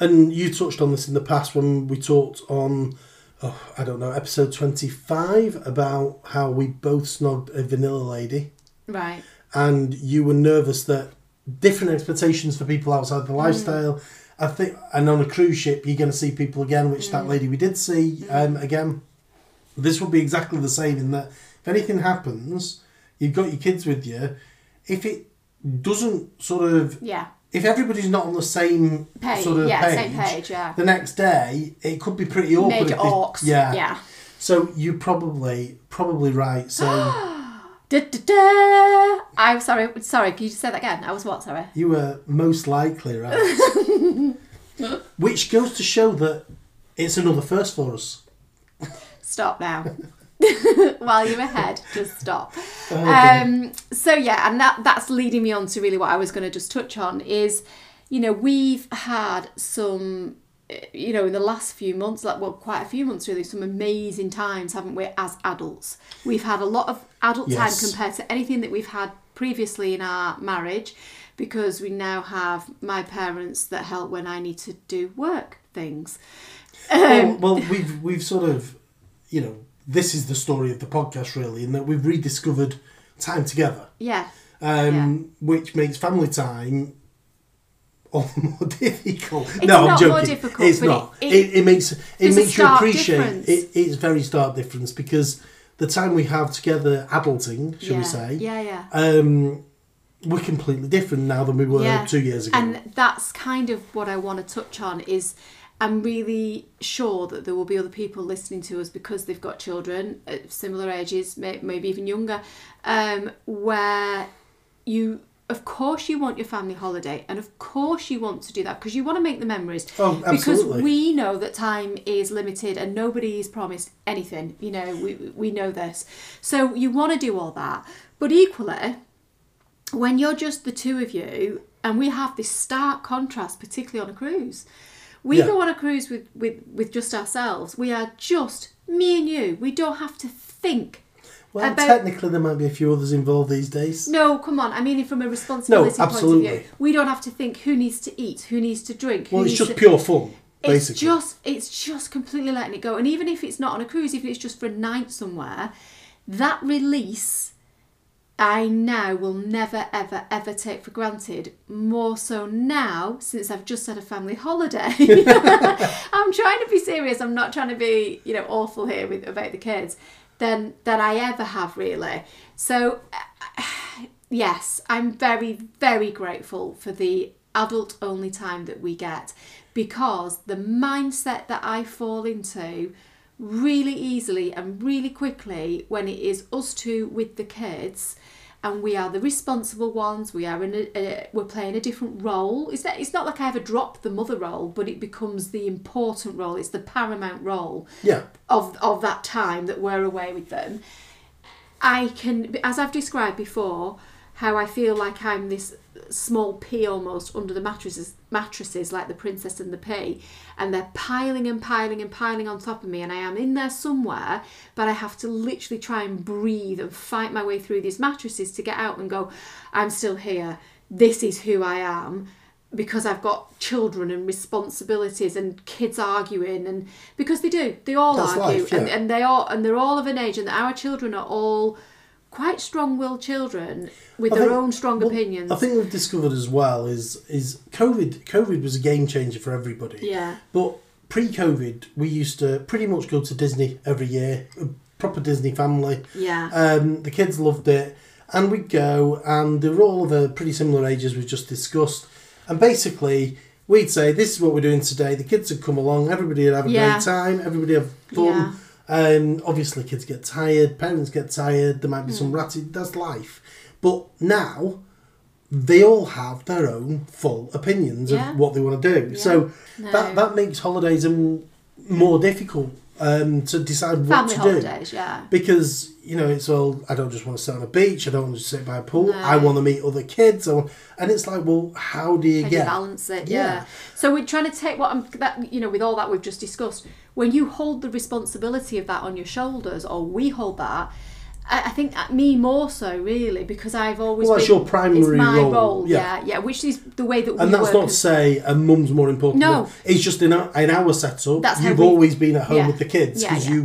Speaker 2: and you touched on this in the past when we talked on, oh, I don't know, episode 25 about how we both snobbed a vanilla lady.
Speaker 1: right.
Speaker 2: and you were nervous that different expectations for people outside
Speaker 1: Mm.
Speaker 2: the lifestyle. I think, and on a cruise ship, you're going to see people again, which
Speaker 1: Mm.
Speaker 2: that lady we did see um, again. This will be exactly the same in that if anything happens, you've got your kids with you. If it doesn't sort of,
Speaker 1: Yeah.
Speaker 2: if everybody's not on the same
Speaker 1: Page.
Speaker 2: sort of
Speaker 1: yeah.
Speaker 2: page,
Speaker 1: Same page. Yeah.
Speaker 2: the next day it could be pretty awkward.
Speaker 1: Major
Speaker 2: if they-
Speaker 1: orcs.
Speaker 2: yeah.
Speaker 1: Yeah.
Speaker 2: So you probably probably right. So
Speaker 1: Da, da, da. I'm sorry. Sorry. Can you just say that again? I was what? Sorry.
Speaker 2: You were most likely right. Which goes to show that it's another first for us.
Speaker 1: Stop now. While you're ahead, just stop.
Speaker 2: Oh,
Speaker 1: Um, so yeah, and that that's leading me on to really what I was going to just touch on is, you know, we've had some, uh, you know, in the last few months, like well, quite a few months really, some amazing times, haven't we? As adults, we've had a lot of adult
Speaker 2: Yes.
Speaker 1: time compared to anything that we've had previously in our marriage, because we now have my parents that help when I need to do work things.
Speaker 2: well,
Speaker 1: Um.
Speaker 2: well, we've we've sort of, you know, this is the story of the podcast really, in that we've rediscovered time together,
Speaker 1: Yeah.
Speaker 2: um, which makes family time all the more difficult.
Speaker 1: It's
Speaker 2: no, I'm
Speaker 1: not
Speaker 2: joking.
Speaker 1: more difficult,
Speaker 2: it's
Speaker 1: but
Speaker 2: not.
Speaker 1: it-
Speaker 2: It,
Speaker 1: it-
Speaker 2: it, makes it
Speaker 1: there's a
Speaker 2: makes you
Speaker 1: stark
Speaker 2: appreciate
Speaker 1: difference.
Speaker 2: it. It's very stark difference because the time we have together, adulting, should
Speaker 1: yeah.
Speaker 2: we say?
Speaker 1: Yeah, yeah.
Speaker 2: um, we're completely different now than we were
Speaker 1: Yeah.
Speaker 2: two years ago.
Speaker 1: And that's kind of what I want to touch on is I'm really sure that there will be other people listening to us because they've got children at similar ages, may- maybe even younger, um, where you, of course, you want your family holiday, and of course you want to do that because you want to make the memories.
Speaker 2: Oh, absolutely.
Speaker 1: Because we know that time is limited and nobody is promised anything. You know, we we know this, so you want to do all that, but equally when you're just the two of you, and we have this stark contrast, particularly on a cruise. We
Speaker 2: Yeah.
Speaker 1: go on a cruise with, with, with just ourselves. We are just me and you. We don't have to think.
Speaker 2: Well,
Speaker 1: About-
Speaker 2: technically, there might be a few others involved these days.
Speaker 1: No, come on. I mean, from a responsibility point of
Speaker 2: absolutely.
Speaker 1: view, we don't have to think who needs to eat, who needs to drink. Who
Speaker 2: well, it's
Speaker 1: needs
Speaker 2: just
Speaker 1: to...
Speaker 2: pure fun, basically.
Speaker 1: It's just it's just completely letting it go. And even if it's not on a cruise, even if it's just for a night somewhere, that release I now will never ever ever take for granted. More so now since I've just had a family holiday. I'm trying to be serious. I'm not trying to be, you know, awful here with about the kids than than I ever have really. So yes, I'm very, very grateful for the adult only time that we get because the mindset that I fall into really easily and really quickly when it is us two with the kids and we are the responsible ones we are in a, a we're playing a different role it's, that, it's not like i ever drop the mother role but it becomes the important role it's the paramount role
Speaker 2: yeah.
Speaker 1: of of that time that we're away with them i can as i've described before how i feel like i'm this small pea almost under the mattresses mattresses like the princess and the pea and they're piling and piling and piling on top of me and i am in there somewhere but i have to literally try and breathe and fight my way through these mattresses to get out and go i'm still here this is who i am because I've got children and responsibilities and kids arguing and because they do they all
Speaker 2: That's
Speaker 1: argue
Speaker 2: life,
Speaker 1: and,
Speaker 2: yeah.
Speaker 1: and they all and they're all of an age and our children are all quite strong-willed children with
Speaker 2: I
Speaker 1: their
Speaker 2: think-
Speaker 1: own strong
Speaker 2: well,
Speaker 1: opinions
Speaker 2: I think we've discovered as well is is COVID. COVID was a game changer for everybody.
Speaker 1: yeah
Speaker 2: But pre-COVID, we used to pretty much go to Disney every year. A proper Disney family.
Speaker 1: yeah
Speaker 2: Um, the kids loved it, and we'd go, and they were all of a pretty similar ages we've just discussed. And basically, we'd say, This is what we're doing today. The kids would come along, everybody would have a
Speaker 1: Yeah.
Speaker 2: great time, everybody have
Speaker 1: Yeah.
Speaker 2: fun. Um, obviously, kids get tired, parents get tired, there might be
Speaker 1: Mm.
Speaker 2: some ratty, that's life. But now, they all have their own full opinions
Speaker 1: Yeah.
Speaker 2: of what they want to do.
Speaker 1: Yeah.
Speaker 2: So
Speaker 1: No.
Speaker 2: that, that makes holidays um, more difficult um, to decide what
Speaker 1: family
Speaker 2: to do
Speaker 1: holidays yeah
Speaker 2: because you know it's all I don't just want to sit on a beach. I don't want to just sit by a pool.
Speaker 1: No.
Speaker 2: I want to meet other kids. I want, and it's like, well, how do you
Speaker 1: How do you
Speaker 2: get?
Speaker 1: balance it? Yeah.
Speaker 2: Yeah.
Speaker 1: So we're trying to take what I'm that you know with all that we've just discussed. When you hold the responsibility of that on your shoulders, or we hold that, I, I think at me more so really because I've always
Speaker 2: Well, that's
Speaker 1: been,
Speaker 2: your primary
Speaker 1: it's my role.
Speaker 2: role,
Speaker 1: Yeah.
Speaker 2: yeah.
Speaker 1: yeah, Which is the way that we
Speaker 2: and that's
Speaker 1: work
Speaker 2: not to
Speaker 1: as-
Speaker 2: say a mum's more important.
Speaker 1: No.
Speaker 2: than- it's just in our, in our setup.
Speaker 1: That's how
Speaker 2: you've
Speaker 1: we-
Speaker 2: always been at home
Speaker 1: Yeah.
Speaker 2: with the kids
Speaker 1: Yeah,
Speaker 2: because
Speaker 1: yeah.
Speaker 2: you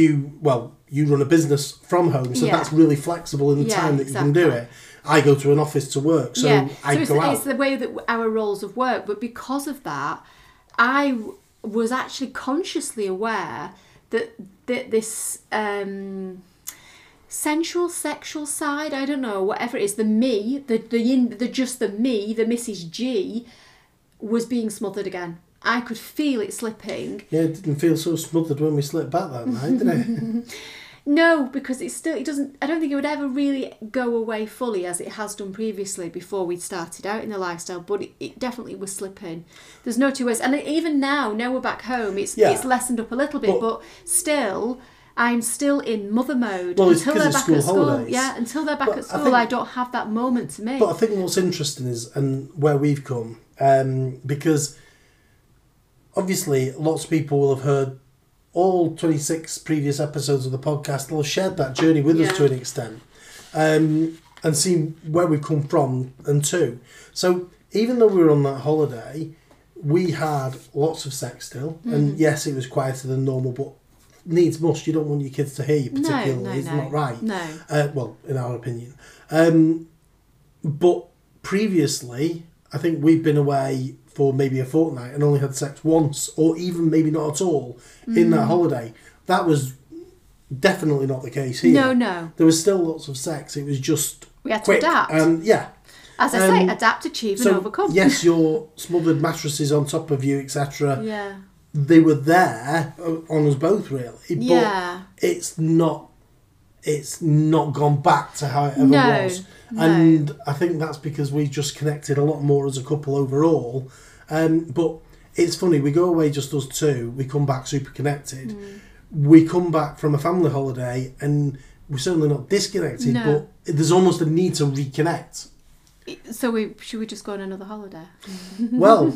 Speaker 2: you well you run a business from home, so
Speaker 1: Yeah.
Speaker 2: that's really flexible in the
Speaker 1: Yeah,
Speaker 2: time that you can do
Speaker 1: exactly.
Speaker 2: it. I go to an office to work, so
Speaker 1: yeah.
Speaker 2: I
Speaker 1: so it's,
Speaker 2: go out.
Speaker 1: it's the way that our roles of work, but because of that, I w- was actually consciously aware that that this um, sensual, sexual side, I don't know, whatever it is, the me, the the in, the just the me, the Mrs. G, was being smothered again. I could feel it slipping.
Speaker 2: yeah, it didn't feel so smothered when we slipped back that night, did it?
Speaker 1: No, because it's still it doesn't. I don't think it would ever really go away fully as it has done previously before we started out in the lifestyle. But it, it definitely was slipping. There's no two ways. And even now, now we're back home, it's
Speaker 2: Yeah.
Speaker 1: it's lessened up a little bit, but,
Speaker 2: But-
Speaker 1: still. I'm still in mother mode
Speaker 2: Well, it's
Speaker 1: until
Speaker 2: 'cause
Speaker 1: they're
Speaker 2: of
Speaker 1: back
Speaker 2: school
Speaker 1: at school.
Speaker 2: holidays.
Speaker 1: Yeah, until they're back
Speaker 2: But
Speaker 1: at
Speaker 2: I
Speaker 1: school, I,
Speaker 2: think-
Speaker 1: don't have that moment to me.
Speaker 2: But I think what's interesting is and where we've come um, because obviously lots of people will have heard all 26 previous episodes of the podcast. They'll have shared that journey with
Speaker 1: Yeah.
Speaker 2: us to an extent um, and seen where we've come from and to. So even though we were on that holiday, we had lots of sex still, and
Speaker 1: Mm-hmm.
Speaker 2: yes, it was quieter than normal, but needs must. You don't want your kids to hear you
Speaker 1: no,
Speaker 2: particularly.
Speaker 1: no,
Speaker 2: it's
Speaker 1: no,
Speaker 2: not right
Speaker 1: No,
Speaker 2: uh, well, in our opinion. Um, but previously, I think we've been away for maybe a fortnight and only had sex once, or even maybe not at all, in
Speaker 1: Mm.
Speaker 2: that holiday. That was definitely not the case here.
Speaker 1: no, no.
Speaker 2: There was still lots of sex. It was just
Speaker 1: We had to
Speaker 2: quick
Speaker 1: adapt.
Speaker 2: and yeah.
Speaker 1: As I say,
Speaker 2: um,
Speaker 1: adapt, achieve, and overcome.
Speaker 2: yes, your smothered mattresses on top of you, etc.
Speaker 1: yeah,
Speaker 2: They were there uh, on us both, really. But
Speaker 1: yeah.
Speaker 2: it's not it's not gone back to how it ever
Speaker 1: No,
Speaker 2: was
Speaker 1: no.
Speaker 2: and i think that's because we just connected a lot more as a couple overall um, but it's funny we go away just us two we come back super connected
Speaker 1: Mm.
Speaker 2: we come back from a family holiday and we're certainly not disconnected
Speaker 1: No.
Speaker 2: but there's almost a need to reconnect
Speaker 1: So we should we just go on another holiday?
Speaker 2: Well,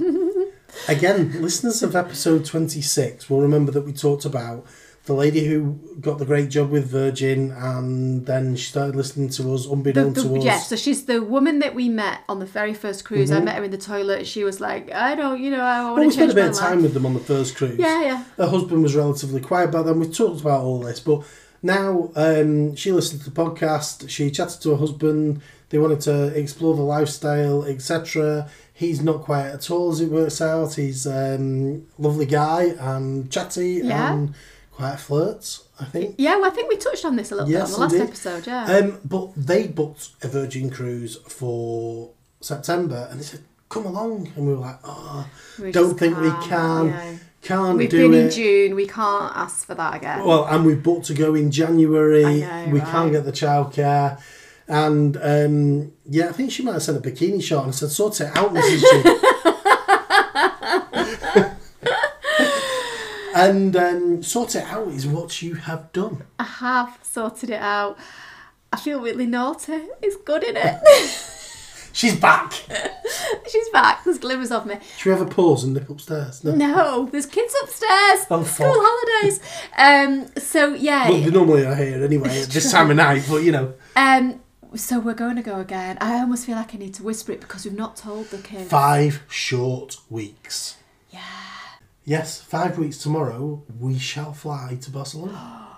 Speaker 2: again, listeners of episode 26 will remember that we talked about the lady who got the great job with Virgin and then she started listening to us
Speaker 1: The,
Speaker 2: unbeknown
Speaker 1: the-
Speaker 2: to us.
Speaker 1: yeah, so she's the woman that we met on the very first cruise. I met her in the toilet. She was like, I don't, you know, I want
Speaker 2: well, Mm-hmm. we
Speaker 1: to change
Speaker 2: spent a bit of
Speaker 1: my
Speaker 2: time
Speaker 1: life.
Speaker 2: with them on the first cruise.
Speaker 1: Yeah, yeah.
Speaker 2: Her husband was relatively quiet about then. We talked about all this, but now um, she listened to the podcast. She chatted to her husband. They wanted to explore the lifestyle, etc. He's not quiet at all, as it works out. He's um, lovely guy and chatty
Speaker 1: Yeah.
Speaker 2: and quite flirts, I think.
Speaker 1: Yeah, well, I think we touched on this a little
Speaker 2: Yes,
Speaker 1: bit on the
Speaker 2: indeed.
Speaker 1: last episode, yeah.
Speaker 2: Um, but they booked a Virgin cruise for September, and they said, "Come along," and we were like, "Oh,
Speaker 1: We
Speaker 2: don't
Speaker 1: just
Speaker 2: think we
Speaker 1: can't,
Speaker 2: can.
Speaker 1: yeah.
Speaker 2: can't
Speaker 1: We've
Speaker 2: do
Speaker 1: been
Speaker 2: it."
Speaker 1: in June. We can't ask for that again.
Speaker 2: Well, and we've booked to go in January.
Speaker 1: I know,
Speaker 2: we
Speaker 1: right.
Speaker 2: can't get the childcare. And um, yeah, I think she might have sent a bikini shot and said, sort it out, Mrs. G. and um, sort it out is what you have done.
Speaker 1: I have sorted it out. I feel really naughty. It's good in it.
Speaker 2: She's back.
Speaker 1: She's back. There's glimmers of me.
Speaker 2: Should we have a pause and nip upstairs? No.
Speaker 1: No, there's kids upstairs.
Speaker 2: Oh,
Speaker 1: School
Speaker 2: fuck.
Speaker 1: holidays. Um. So yeah.
Speaker 2: Well, they normally are here anyway at this time of night, but you know,
Speaker 1: Um. So we're going to go again. I almost feel like I need to whisper it because we've not told the kids.
Speaker 2: five short weeks.
Speaker 1: Yeah.
Speaker 2: Yes, five weeks tomorrow, we shall fly to Barcelona.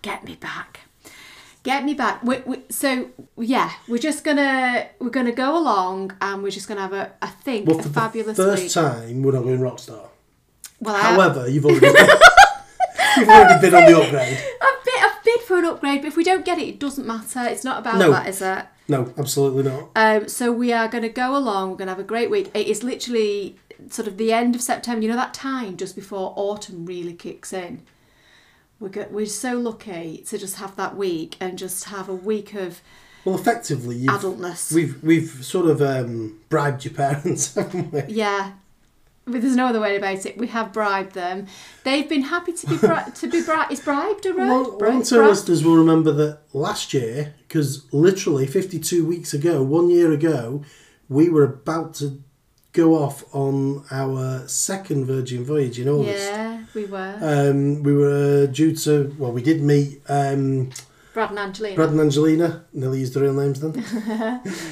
Speaker 1: Get me back. Get me back. We, we, so yeah, we're just gonna we're gonna go along and we're just gonna have a I think
Speaker 2: Well,
Speaker 1: a
Speaker 2: for
Speaker 1: fabulous
Speaker 2: the first
Speaker 1: week. Uh,
Speaker 2: time, we're not going Rockstar.
Speaker 1: Well, I-
Speaker 2: However, you've already been, you've already been on the upgrade.
Speaker 1: I've bid, I've bid for an upgrade, but if we don't get it, it doesn't matter. It's not about
Speaker 2: No.
Speaker 1: that, is it?
Speaker 2: No, absolutely not.
Speaker 1: Um, so we are going to go along. We're going to have a great week. It is literally sort of the end of September. You know that time just before autumn really kicks in. We're go- we're so lucky to just have that week and just have a week of
Speaker 2: Well, effectively, you've,
Speaker 1: adultness.
Speaker 2: we've we've sort of um, bribed your parents, haven't we?
Speaker 1: yeah. But there's no other way about it. We have bribed them. They've been happy to be bri- to be bribed. Is bribed a word?
Speaker 2: Long,
Speaker 1: Bri-
Speaker 2: long-term
Speaker 1: bri-
Speaker 2: listeners will remember that last year, because literally 52 weeks ago, one year ago, we were about to go off on our second Virgin voyage in August.
Speaker 1: Yeah, we were.
Speaker 2: Um, we were due to, well, we did meet um,
Speaker 1: Brad and Angelina.
Speaker 2: Brad and Angelina, nearly used the real names then.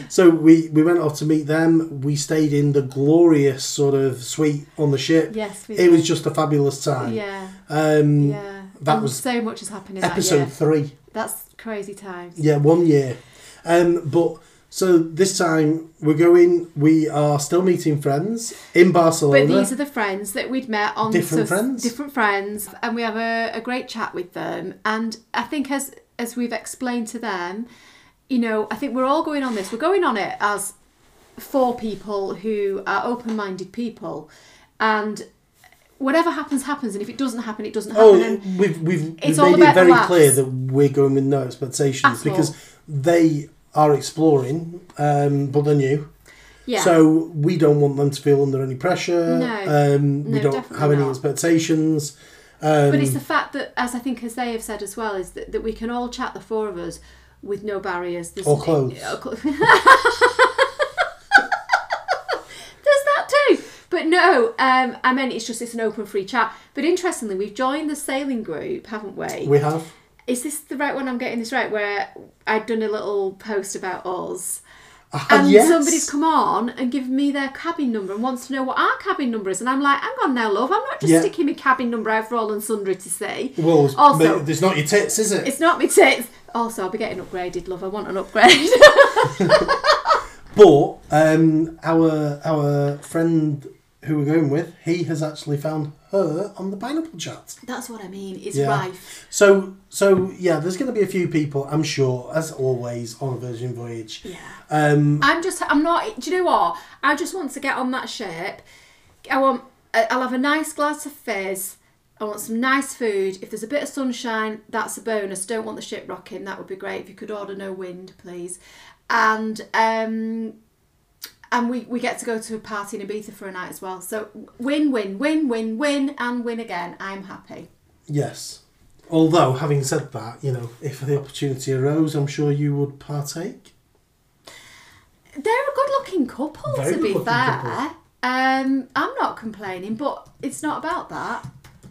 Speaker 2: so we, we went off to meet them. We stayed in the glorious sort of suite on the ship.
Speaker 1: yes, we
Speaker 2: It was
Speaker 1: did.
Speaker 2: just a fabulous time.
Speaker 1: Yeah.
Speaker 2: Um,
Speaker 1: Yeah.
Speaker 2: that
Speaker 1: And
Speaker 2: was
Speaker 1: so much has happened in
Speaker 2: Episode
Speaker 1: that year.
Speaker 2: three.
Speaker 1: That's crazy times.
Speaker 2: Yeah, one year. Um, but so this time we're going, we are still meeting friends in Barcelona.
Speaker 1: But these are the friends that we'd met on
Speaker 2: Different friends?
Speaker 1: different friends, and we have a, a great chat with them. And I think as as we've explained to them, you know, I think we're all going on this. We're going on it as four people who are open minded people, and whatever happens happens. And if it doesn't happen, it doesn't happen.
Speaker 2: Oh,
Speaker 1: and
Speaker 2: we've we've,
Speaker 1: It's
Speaker 2: we've
Speaker 1: all
Speaker 2: made it
Speaker 1: about the
Speaker 2: very
Speaker 1: laughs.
Speaker 2: clear that we're going with no expectations
Speaker 1: At all.
Speaker 2: because they are exploring, um, but they're new.
Speaker 1: yeah,
Speaker 2: So we don't want them to feel under any pressure.
Speaker 1: No.
Speaker 2: um, we
Speaker 1: No,
Speaker 2: don't
Speaker 1: definitely
Speaker 2: have any
Speaker 1: not.
Speaker 2: expectations. Um,
Speaker 1: But it's the fact that, as I think, as they have said as well, is that, that we can all chat the four of us with no barriers. There's
Speaker 2: Or clothes.
Speaker 1: or clo- There's that too. But no, um, I mean it's just it's an open free chat. But interestingly, we've joined the sailing group, haven't we?
Speaker 2: we have.
Speaker 1: Is this the right one? I'm getting this right. Where I'd done a little post about us,
Speaker 2: Ah,
Speaker 1: and
Speaker 2: yes.
Speaker 1: somebody's come on and given me their cabin number and wants to know what our cabin number is, and I'm like, hang on now, love, I'm not just
Speaker 2: Yeah.
Speaker 1: sticking my cabin number out for all and sundry to see.
Speaker 2: Well,
Speaker 1: Also-
Speaker 2: mate, it's not your tits, is it?
Speaker 1: It's not me tits. Also, I'll be getting upgraded, love. I want an upgrade.
Speaker 2: But um, our our friend who we're going with, he has actually found her on the pineapple chat.
Speaker 1: That's what I mean. It's
Speaker 2: Yeah.
Speaker 1: rife.
Speaker 2: So so yeah, there's going to be a few people, I'm sure, as always on a Virgin Voyage.
Speaker 1: Yeah.
Speaker 2: Um,
Speaker 1: I'm just. I'm not. Do you know what? I just want to get on that ship. I want. I- I'll have a nice glass of fizz. I want some nice food. If there's a bit of sunshine, that's a bonus. Don't want the ship rocking. That would be great. If you could order no wind, please. And um, and we, we get to go to a party in Ibiza for a night as well. So win, win, win, win, win, and win again. I'm happy.
Speaker 2: yes. Although having said that, you know, if the opportunity arose, I'm sure you would partake.
Speaker 1: They're a good looking couple,
Speaker 2: Very
Speaker 1: to be
Speaker 2: good-looking
Speaker 1: fair.
Speaker 2: couple.
Speaker 1: Um, I'm not complaining, but it's not about that.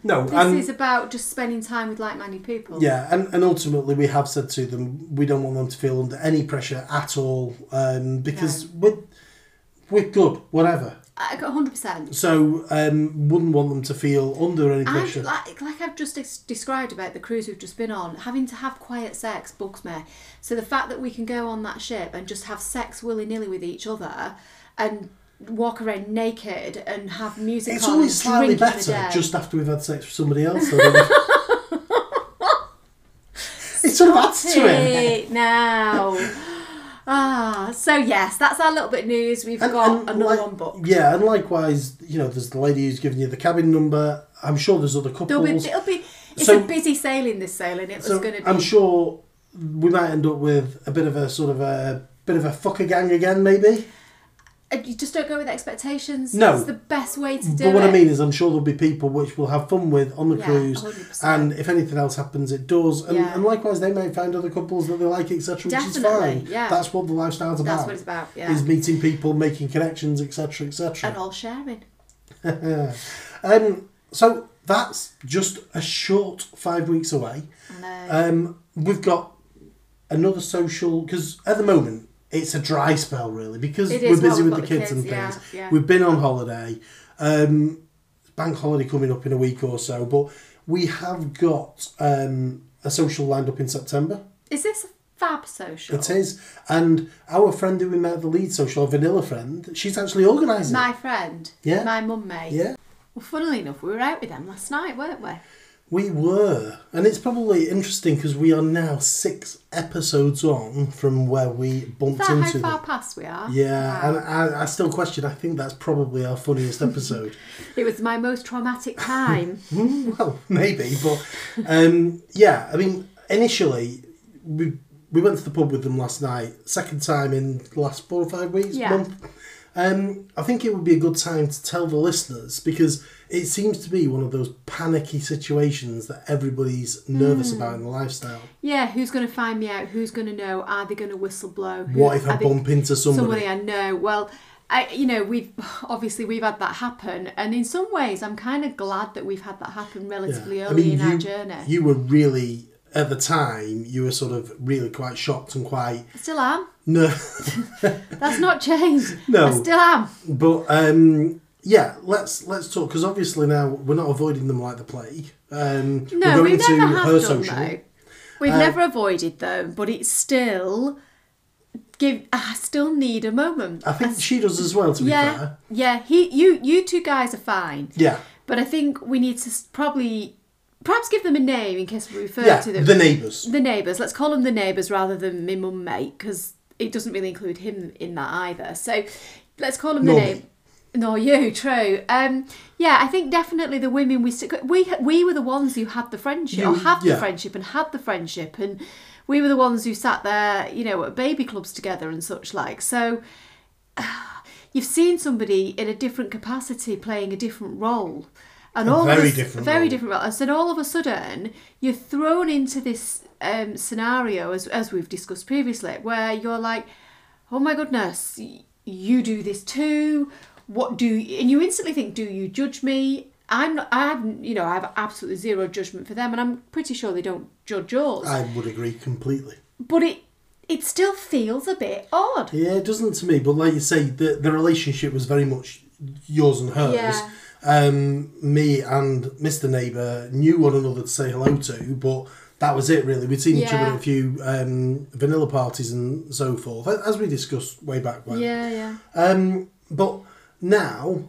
Speaker 2: No,
Speaker 1: This
Speaker 2: and
Speaker 1: is about just spending time with like minded people.
Speaker 2: yeah, and, and ultimately we have said to them we don't want them to feel under any pressure at all um, because we're we're good, whatever.
Speaker 1: I got 100%.
Speaker 2: So um, wouldn't want them to feel under any
Speaker 1: I
Speaker 2: pressure.
Speaker 1: like like I've just des- described about the cruise we've just been on. Having to have quiet sex bugs me. So the fact that we can go on that ship and just have sex willy nilly with each other and walk around naked and have music
Speaker 2: It's
Speaker 1: on
Speaker 2: always
Speaker 1: and
Speaker 2: slightly
Speaker 1: drink in the
Speaker 2: better
Speaker 1: day.
Speaker 2: just after we've had sex with somebody else. though, isn't it It sort of adds to it.
Speaker 1: Hey, now. Ah, so yes, that's our little bit of news. We've
Speaker 2: And-
Speaker 1: got
Speaker 2: and
Speaker 1: another
Speaker 2: like-
Speaker 1: one booked.
Speaker 2: Yeah, and likewise, you know, there's the lady who's giving you the cabin number. I'm sure there's other couples.
Speaker 1: There'll be, it'll be. It's
Speaker 2: So-
Speaker 1: a busy sailing this sailing. It was
Speaker 2: so
Speaker 1: going to be.
Speaker 2: I'm sure we might end up with a bit of a sort of a bit of a fucker gang again, maybe.
Speaker 1: And You just don't go with expectations.
Speaker 2: No.
Speaker 1: it's the best way to do
Speaker 2: But what
Speaker 1: it.
Speaker 2: I mean is, I'm sure there'll be people which we'll have fun with on the
Speaker 1: Yeah,
Speaker 2: cruise,
Speaker 1: 100%.
Speaker 2: and if anything else happens, it does. And,
Speaker 1: Yeah.
Speaker 2: and likewise, they may find other couples that they like, etc., which is
Speaker 1: Definitely,
Speaker 2: fine.
Speaker 1: yeah.
Speaker 2: That's what the lifestyle's about.
Speaker 1: That's what it's about, yeah.
Speaker 2: Is meeting people, making connections, etc.,
Speaker 1: and
Speaker 2: etc.
Speaker 1: all sharing.
Speaker 2: Um, so that's just a short five weeks away.
Speaker 1: And, uh,
Speaker 2: Um, we've got another social because at the moment it's a dry spell really because
Speaker 1: It
Speaker 2: we're
Speaker 1: is, well,
Speaker 2: busy with
Speaker 1: we've
Speaker 2: the
Speaker 1: got
Speaker 2: kids,
Speaker 1: the
Speaker 2: and
Speaker 1: kids, yeah,
Speaker 2: things.
Speaker 1: yeah.
Speaker 2: We've been on holiday. Um, bank holiday coming up in a week or so, but we have got um, a social lined up in September.
Speaker 1: is this a fab social?
Speaker 2: It is, and our friend who we met at the lead social, our vanilla friend, she's actually organising. it.
Speaker 1: My friend,
Speaker 2: Yeah.
Speaker 1: my mum mate.
Speaker 2: Yeah.
Speaker 1: Well, funnily enough, we were out with them last night, weren't we?
Speaker 2: We were, and it's probably interesting because we are now six episodes on from where we
Speaker 1: Is
Speaker 2: bumped
Speaker 1: that how
Speaker 2: into
Speaker 1: far
Speaker 2: them.
Speaker 1: past we are?
Speaker 2: Yeah,
Speaker 1: Wow.
Speaker 2: and I, I still question. I think that's probably our funniest episode.
Speaker 1: It was my most traumatic time.
Speaker 2: Hmm, well, maybe, but um, yeah. I mean, initially, we we went to the pub with them last night. Second time in the last four or five weeks,
Speaker 1: Yeah.
Speaker 2: month. Um, I think it would be a good time to tell the listeners because it seems to be one of those panicky situations that everybody's nervous
Speaker 1: Mm.
Speaker 2: about in the lifestyle.
Speaker 1: yeah, who's going to find me out? Who's going to know? Are they going to whistle blow? Who-
Speaker 2: What if I
Speaker 1: are they-
Speaker 2: bump into somebody?
Speaker 1: somebody I know. Well, I, you know, we've obviously we've had that happen, and in some ways, I'm kind of glad that we've had that happen relatively
Speaker 2: Yeah.
Speaker 1: early in
Speaker 2: you,
Speaker 1: our journey.
Speaker 2: You were really at the time. You were sort of really quite shocked and quite
Speaker 1: I still am.
Speaker 2: no,
Speaker 1: That's not changed.
Speaker 2: No.
Speaker 1: I still am.
Speaker 2: but um, yeah. Let's let's talk because obviously now we're not avoiding them like the plague. Um,
Speaker 1: No,
Speaker 2: we're
Speaker 1: we
Speaker 2: going
Speaker 1: never
Speaker 2: into
Speaker 1: have
Speaker 2: her
Speaker 1: done
Speaker 2: social. Um,
Speaker 1: though. We've never avoided them, but it's still give. I still need a moment.
Speaker 2: I think she does as well. To be
Speaker 1: yeah,
Speaker 2: fair,
Speaker 1: yeah. He, you, you two guys are fine.
Speaker 2: yeah,
Speaker 1: But I think we need to s- probably, perhaps give them a name in case we refer
Speaker 2: yeah.
Speaker 1: to them.
Speaker 2: The neighbours.
Speaker 1: the neighbours. Let's call them the neighbours rather than my mum mate because it doesn't really include him in that either. So let's call them the
Speaker 2: Nor
Speaker 1: name.
Speaker 2: me.
Speaker 1: Nor you, true. Um, yeah, I think definitely the women we stick- we we were the ones who had the friendship,
Speaker 2: You-
Speaker 1: or have
Speaker 2: yeah.
Speaker 1: the friendship, and had the friendship, and we were the ones who sat there, you know, at baby clubs together and such like. So you've seen somebody in a different capacity playing a different role. And
Speaker 2: A
Speaker 1: all
Speaker 2: very
Speaker 1: of a,
Speaker 2: different
Speaker 1: very
Speaker 2: role.
Speaker 1: different role. And so all of a sudden, you're thrown into this um, scenario, as, as we've discussed previously, where you're like, oh my goodness, y- you do this too. What do you, and you instantly think, do you judge me? I'm not, I have, you know, I have absolutely zero judgment for them, and I'm pretty sure they don't judge yours.
Speaker 2: I would agree completely.
Speaker 1: but it, it still feels a bit odd.
Speaker 2: Yeah, it doesn't to me. But like you say, the the relationship was very much yours and hers.
Speaker 1: Yeah.
Speaker 2: Um, me and Mr. Neighbour knew one another to say hello to, but that was it really. We'd seen each other at
Speaker 1: Yeah.
Speaker 2: a few um, vanilla parties and so forth, a- as we discussed way back when.
Speaker 1: Yeah, yeah.
Speaker 2: Um, but now,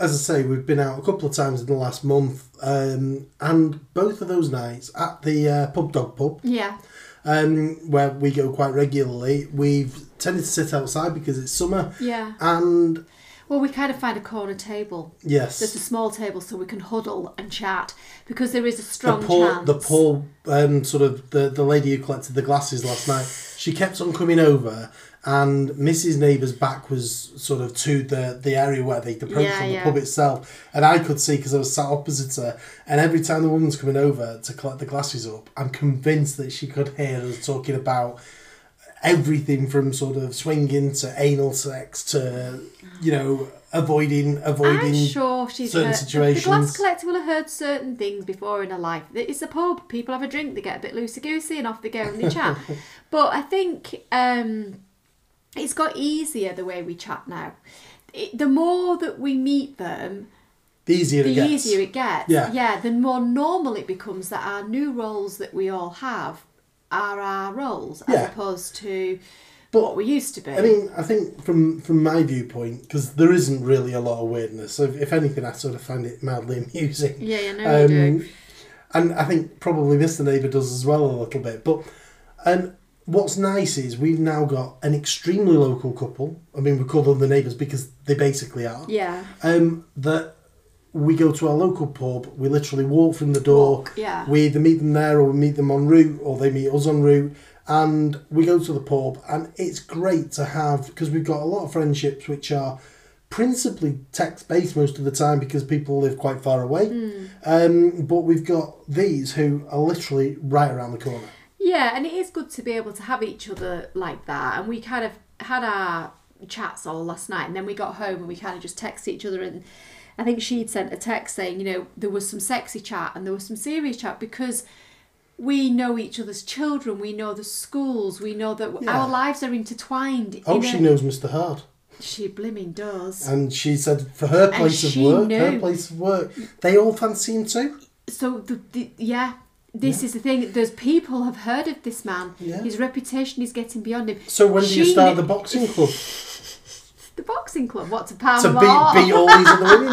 Speaker 2: as I say, we've been out a couple of times in the last month, um, and both of those nights at the uh, Pub Dog Pub,
Speaker 1: Yeah.
Speaker 2: um, where we go quite regularly. We've tended to sit outside because it's summer,
Speaker 1: Yeah.
Speaker 2: and
Speaker 1: Well, we kind of find a corner table,
Speaker 2: yes,
Speaker 1: just a small table, so we can huddle and chat because there is a
Speaker 2: the
Speaker 1: strong
Speaker 2: poor,
Speaker 1: chance.
Speaker 2: the poor, um, sort of the the lady who collected the glasses last night. She kept on coming over, and Mrs. Neighbour's back was sort of to the the area where they approached
Speaker 1: Yeah,
Speaker 2: from the
Speaker 1: yeah.
Speaker 2: pub itself, and I could see because I was sat opposite her. And every time the woman's coming over to collect the glasses up, I'm convinced that she could hear us talking about everything from sort of swinging to anal sex to you know avoiding avoiding.
Speaker 1: I'm sure she's
Speaker 2: certain
Speaker 1: heard,
Speaker 2: situations.
Speaker 1: The glass collector will have heard certain things before in her life. It's a pub, people have a drink, they get a bit loosey goosey, and off they go and they chat. But I think um, it's got easier the way we chat now. It, the more that we meet them,
Speaker 2: the easier
Speaker 1: the
Speaker 2: it gets.
Speaker 1: easier it gets.
Speaker 2: Yeah.
Speaker 1: the more normal it becomes that our new roles that we all have are our roles as
Speaker 2: Yeah.
Speaker 1: opposed to
Speaker 2: But-
Speaker 1: what we used to be.
Speaker 2: I mean, I think from from my viewpoint, because there isn't really a lot of weirdness. So if anything, I sort of find it mildly amusing.
Speaker 1: yeah, you know
Speaker 2: um,
Speaker 1: you do.
Speaker 2: And I think probably Mr. Neighbour does as well a little bit. But um, what's nice is we've now got an extremely local couple. I mean, we call them the neighbours because they basically are.
Speaker 1: Yeah.
Speaker 2: Um, that we go to our local pub, we literally walk from the door.
Speaker 1: Walk, yeah.
Speaker 2: We either meet them there or we meet them en route or they meet us en route. And we go to the pub, and it's great to have because we've got a lot of friendships which are principally text based most of the time because people live quite far away.
Speaker 1: Hmm.
Speaker 2: Um, but we've got these who are literally right around the corner.
Speaker 1: Yeah, and it is good to be able to have each other like that. And we kind of had our chats all last night, and then we got home and we kind of just texted each other. And I think she'd sent a text saying, you know, there was some sexy chat and there was some serious chat because we know each other's children, we know the schools, we know that
Speaker 2: Yeah.
Speaker 1: our lives are intertwined.
Speaker 2: Oh,
Speaker 1: in
Speaker 2: she Uh,
Speaker 1: a-
Speaker 2: knows Mr. Hard.
Speaker 1: She blimmin' does.
Speaker 2: And she said for her place of
Speaker 1: she
Speaker 2: work, her
Speaker 1: knew.
Speaker 2: place of work, they all fancy him too.
Speaker 1: so the, the yeah this is the thing there's people have heard of this man
Speaker 2: Yeah.
Speaker 1: his reputation is getting beyond him
Speaker 2: So when do you
Speaker 1: She kn-
Speaker 2: start the boxing club?
Speaker 1: the boxing club what's a pound
Speaker 2: to
Speaker 1: of art?
Speaker 2: beat, beat all these other women.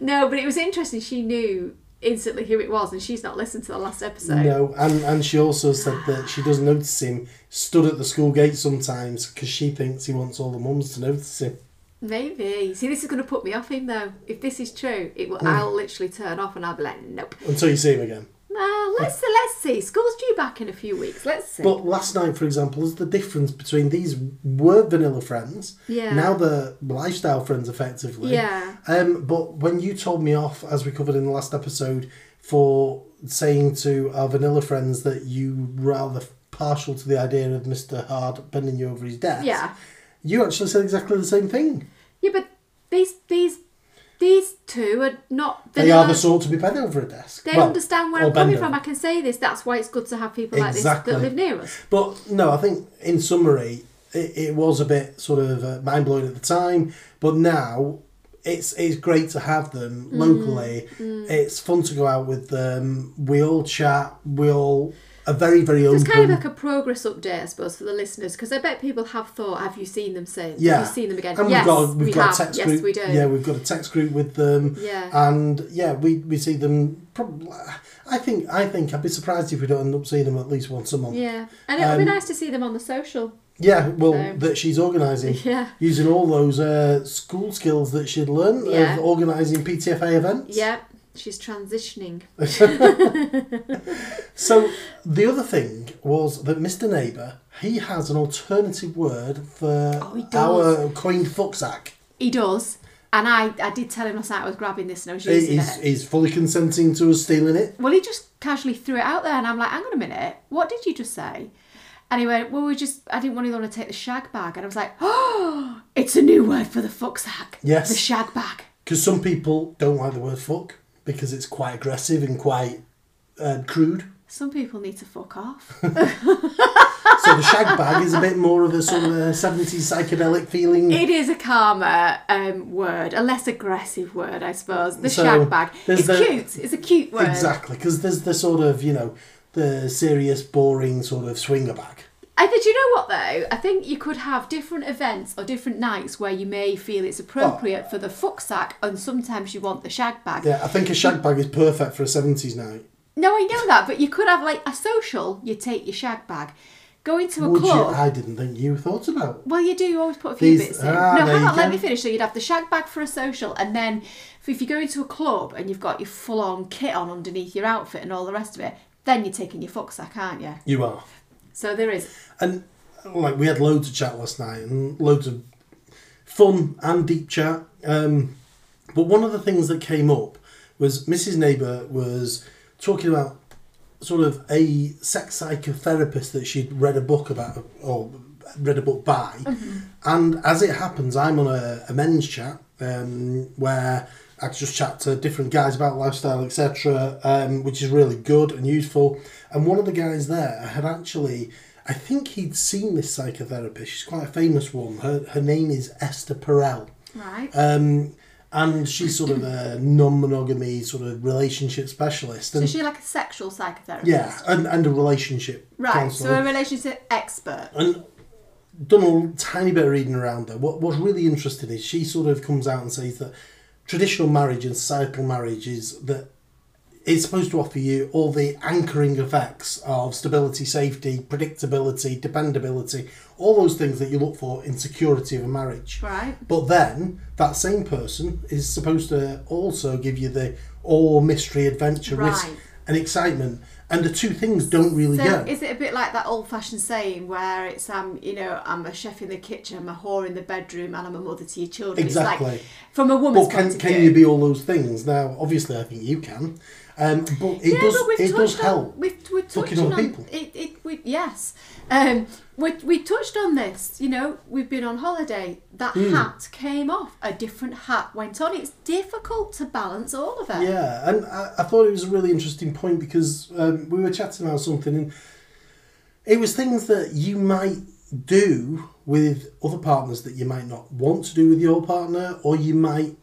Speaker 1: no but it was interesting she knew instantly who it was and she's not listened to the last episode
Speaker 2: No, and, and she also said that she does notice him stood at the school gate sometimes because she thinks he wants all the mums to notice him.
Speaker 1: maybe see this is going to put me off him though if this is true it will i'll literally turn off and i'll be like nope
Speaker 2: Until you see him again.
Speaker 1: nah, let's see let's see school's due back in a few weeks let's see
Speaker 2: But last night, for example, is the difference between these were vanilla friends.
Speaker 1: Yeah.
Speaker 2: Now they're lifestyle friends, effectively.
Speaker 1: Yeah.
Speaker 2: Um, but when you told me off, as we covered in the last episode, for saying to our vanilla friends that you rather partial to the idea of Mr. Hard bending you over his death.
Speaker 1: yeah
Speaker 2: You actually said exactly the same thing.
Speaker 1: yeah but these these these two are not
Speaker 2: They
Speaker 1: vanilla-
Speaker 2: are the sort to be bent over a desk.
Speaker 1: They
Speaker 2: Well,
Speaker 1: understand where
Speaker 2: or
Speaker 1: I'm coming
Speaker 2: bend
Speaker 1: from.
Speaker 2: over.
Speaker 1: I can say this. That's why it's good to have people
Speaker 2: Exactly.
Speaker 1: like this that live near us.
Speaker 2: But no, I think in summary, it, it was a bit sort of uh, mind blowing at the time, but now it's it's great to have them
Speaker 1: Mm.
Speaker 2: locally. It's fun to go out with them. We all chat. We all are very very
Speaker 1: It's
Speaker 2: open.
Speaker 1: kind of like a progress update, I suppose, for the listeners, because I bet people have thought, "Have you seen them since?
Speaker 2: yeah,
Speaker 1: Have you seen them again?
Speaker 2: And
Speaker 1: yes,
Speaker 2: we've got, we've
Speaker 1: we
Speaker 2: got
Speaker 1: have.
Speaker 2: a text
Speaker 1: yes,
Speaker 2: group.
Speaker 1: we do.
Speaker 2: Yeah, we've got a text group with them.
Speaker 1: Yeah.
Speaker 2: and yeah, we, we see them. Probably, I think I think I'd be surprised if we don't end up seeing them at least once a month.
Speaker 1: Yeah. and it would be
Speaker 2: Um,
Speaker 1: nice to see them on the social.
Speaker 2: Yeah, well,
Speaker 1: So-
Speaker 2: that she's organising.
Speaker 1: Yeah.
Speaker 2: Using all those uh, school skills that she'd learned
Speaker 1: Yeah.
Speaker 2: of organising PTFA events.
Speaker 1: Yeah, she's transitioning.
Speaker 2: So the other thing was that Mr. Neighbour, he has an alternative word for
Speaker 1: Oh, he does.
Speaker 2: our coined fucksack.
Speaker 1: He does, and I, I did tell him last night I was grabbing this and I was using
Speaker 2: He's,
Speaker 1: it.
Speaker 2: he's fully consenting to us stealing it.
Speaker 1: Well, he just casually threw it out there, and I'm like, hang on a minute, what did you just say? And he went, well, we just, I didn't want anyone to take the shag bag. And I was like, oh, it's a new word for the fuck sack.
Speaker 2: Yes.
Speaker 1: The shag bag.
Speaker 2: Because some people don't like the word fuck because it's quite aggressive and quite uh, crude.
Speaker 1: Some people need to fuck off.
Speaker 2: So the shag bag is a bit more of a sort of a 70s psychedelic feeling.
Speaker 1: it is a calmer um, word, a less aggressive word, I suppose. The
Speaker 2: So,
Speaker 1: shag bag.
Speaker 2: there's
Speaker 1: It's
Speaker 2: the-
Speaker 1: cute. It's a cute word.
Speaker 2: Exactly, because there's the sort of you know the serious, boring sort of swinger back.
Speaker 1: I think, do you know what though? I think you could have different events or different nights where you may feel
Speaker 2: Oh.
Speaker 1: it's appropriate for the fuck sack, and sometimes you want the shag bag.
Speaker 2: Yeah, I think a shag bag is perfect for a seventies night.
Speaker 1: No, I know that, but you could have like a social. You take your shag bag, go into a
Speaker 2: Would you?
Speaker 1: club.
Speaker 2: I didn't think you thought about.
Speaker 1: Well, you do always put a few
Speaker 2: These-
Speaker 1: bits in.
Speaker 2: ah,
Speaker 1: no,
Speaker 2: there
Speaker 1: hang
Speaker 2: you
Speaker 1: on, let
Speaker 2: go.
Speaker 1: me finish. So you'd have the shag bag for a social, and then if- if you go into a club and you've got your full-on kit on underneath your outfit and all the rest of it, then you're taking your fuck sack, aren't you?
Speaker 2: You are,
Speaker 1: So there is.
Speaker 2: and like we had loads of chat last night and loads of fun and deep chat. Um, but one of the things that came up was Mrs. Neighbour was talking about sort of a sex psychotherapist that she'd read a book about or read a book by. And as it happens, I'm on a, a men's chat um, where I just chat to different guys about lifestyle, etc., um, which is really good and useful. And one of the guys there had actually, I think he'd seen this psychotherapist. She's quite a famous one. Her, her name is Esther Perel.
Speaker 1: Right.
Speaker 2: Um, and she's sort of a non monogamy sort of relationship specialist.
Speaker 1: so
Speaker 2: And
Speaker 1: is she like a sexual psychotherapist?
Speaker 2: yeah, and, and a relationship
Speaker 1: Right.
Speaker 2: counselor.
Speaker 1: So a relationship expert.
Speaker 2: and done a tiny bit of reading around her. What what's really interesting is she sort of comes out and says that traditional marriage and societal marriage is that it's supposed to offer you all the anchoring effects of stability, safety, predictability, dependability, all those things that you look for in security of a marriage.
Speaker 1: Right.
Speaker 2: But then that same person is supposed to also give you the awe, mystery, adventure, risk,
Speaker 1: Right.
Speaker 2: and excitement. And the two things don't really
Speaker 1: So
Speaker 2: go.
Speaker 1: is it a bit like that old-fashioned saying where it's um you know I'm a chef in the kitchen, I'm a whore in the bedroom, and I'm a mother to your children? It's like
Speaker 2: Exactly.
Speaker 1: from a woman's
Speaker 2: But can,
Speaker 1: point of
Speaker 2: can
Speaker 1: view.
Speaker 2: you be all those things? Now, obviously, I think you can. Um, but it
Speaker 1: yeah,
Speaker 2: does
Speaker 1: but we've
Speaker 2: it does
Speaker 1: touched
Speaker 2: help.
Speaker 1: On, we've, we're
Speaker 2: Fucking
Speaker 1: touching
Speaker 2: other
Speaker 1: on
Speaker 2: people.
Speaker 1: It, it, we, yes, um, we, we touched on this. You know, we've been on holiday. That
Speaker 2: Hmm.
Speaker 1: hat came off. A different hat went on. It's difficult to balance all of it.
Speaker 2: Yeah, and I, I thought it was a really interesting point because um, we were chatting about something, and it was things that you might do with other partners that you might not want to do with your partner, or you might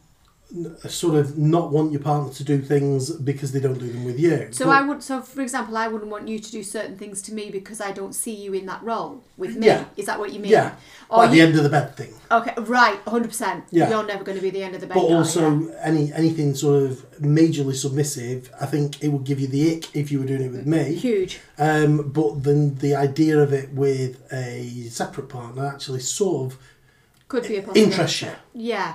Speaker 2: n- sort of not want your partner to do things because they don't do them with you.
Speaker 1: So
Speaker 2: But-
Speaker 1: I would. So for example, I wouldn't want you to do certain things to me because I don't see you in that role with me.
Speaker 2: Yeah.
Speaker 1: Is that what you mean?
Speaker 2: yeah,
Speaker 1: Or
Speaker 2: like the
Speaker 1: you,
Speaker 2: end of the bed thing.
Speaker 1: okay. Right. Hundred percent.
Speaker 2: Yeah.
Speaker 1: You're never going to be the end of the bed.
Speaker 2: But
Speaker 1: guy, yeah.
Speaker 2: also any anything sort of majorly submissive, I think it would give you the ick if you were doing it with me.
Speaker 1: huge.
Speaker 2: Um, but then the idea of it with a separate partner actually sort of
Speaker 1: Could be a possibility.
Speaker 2: interests you.
Speaker 1: Yeah.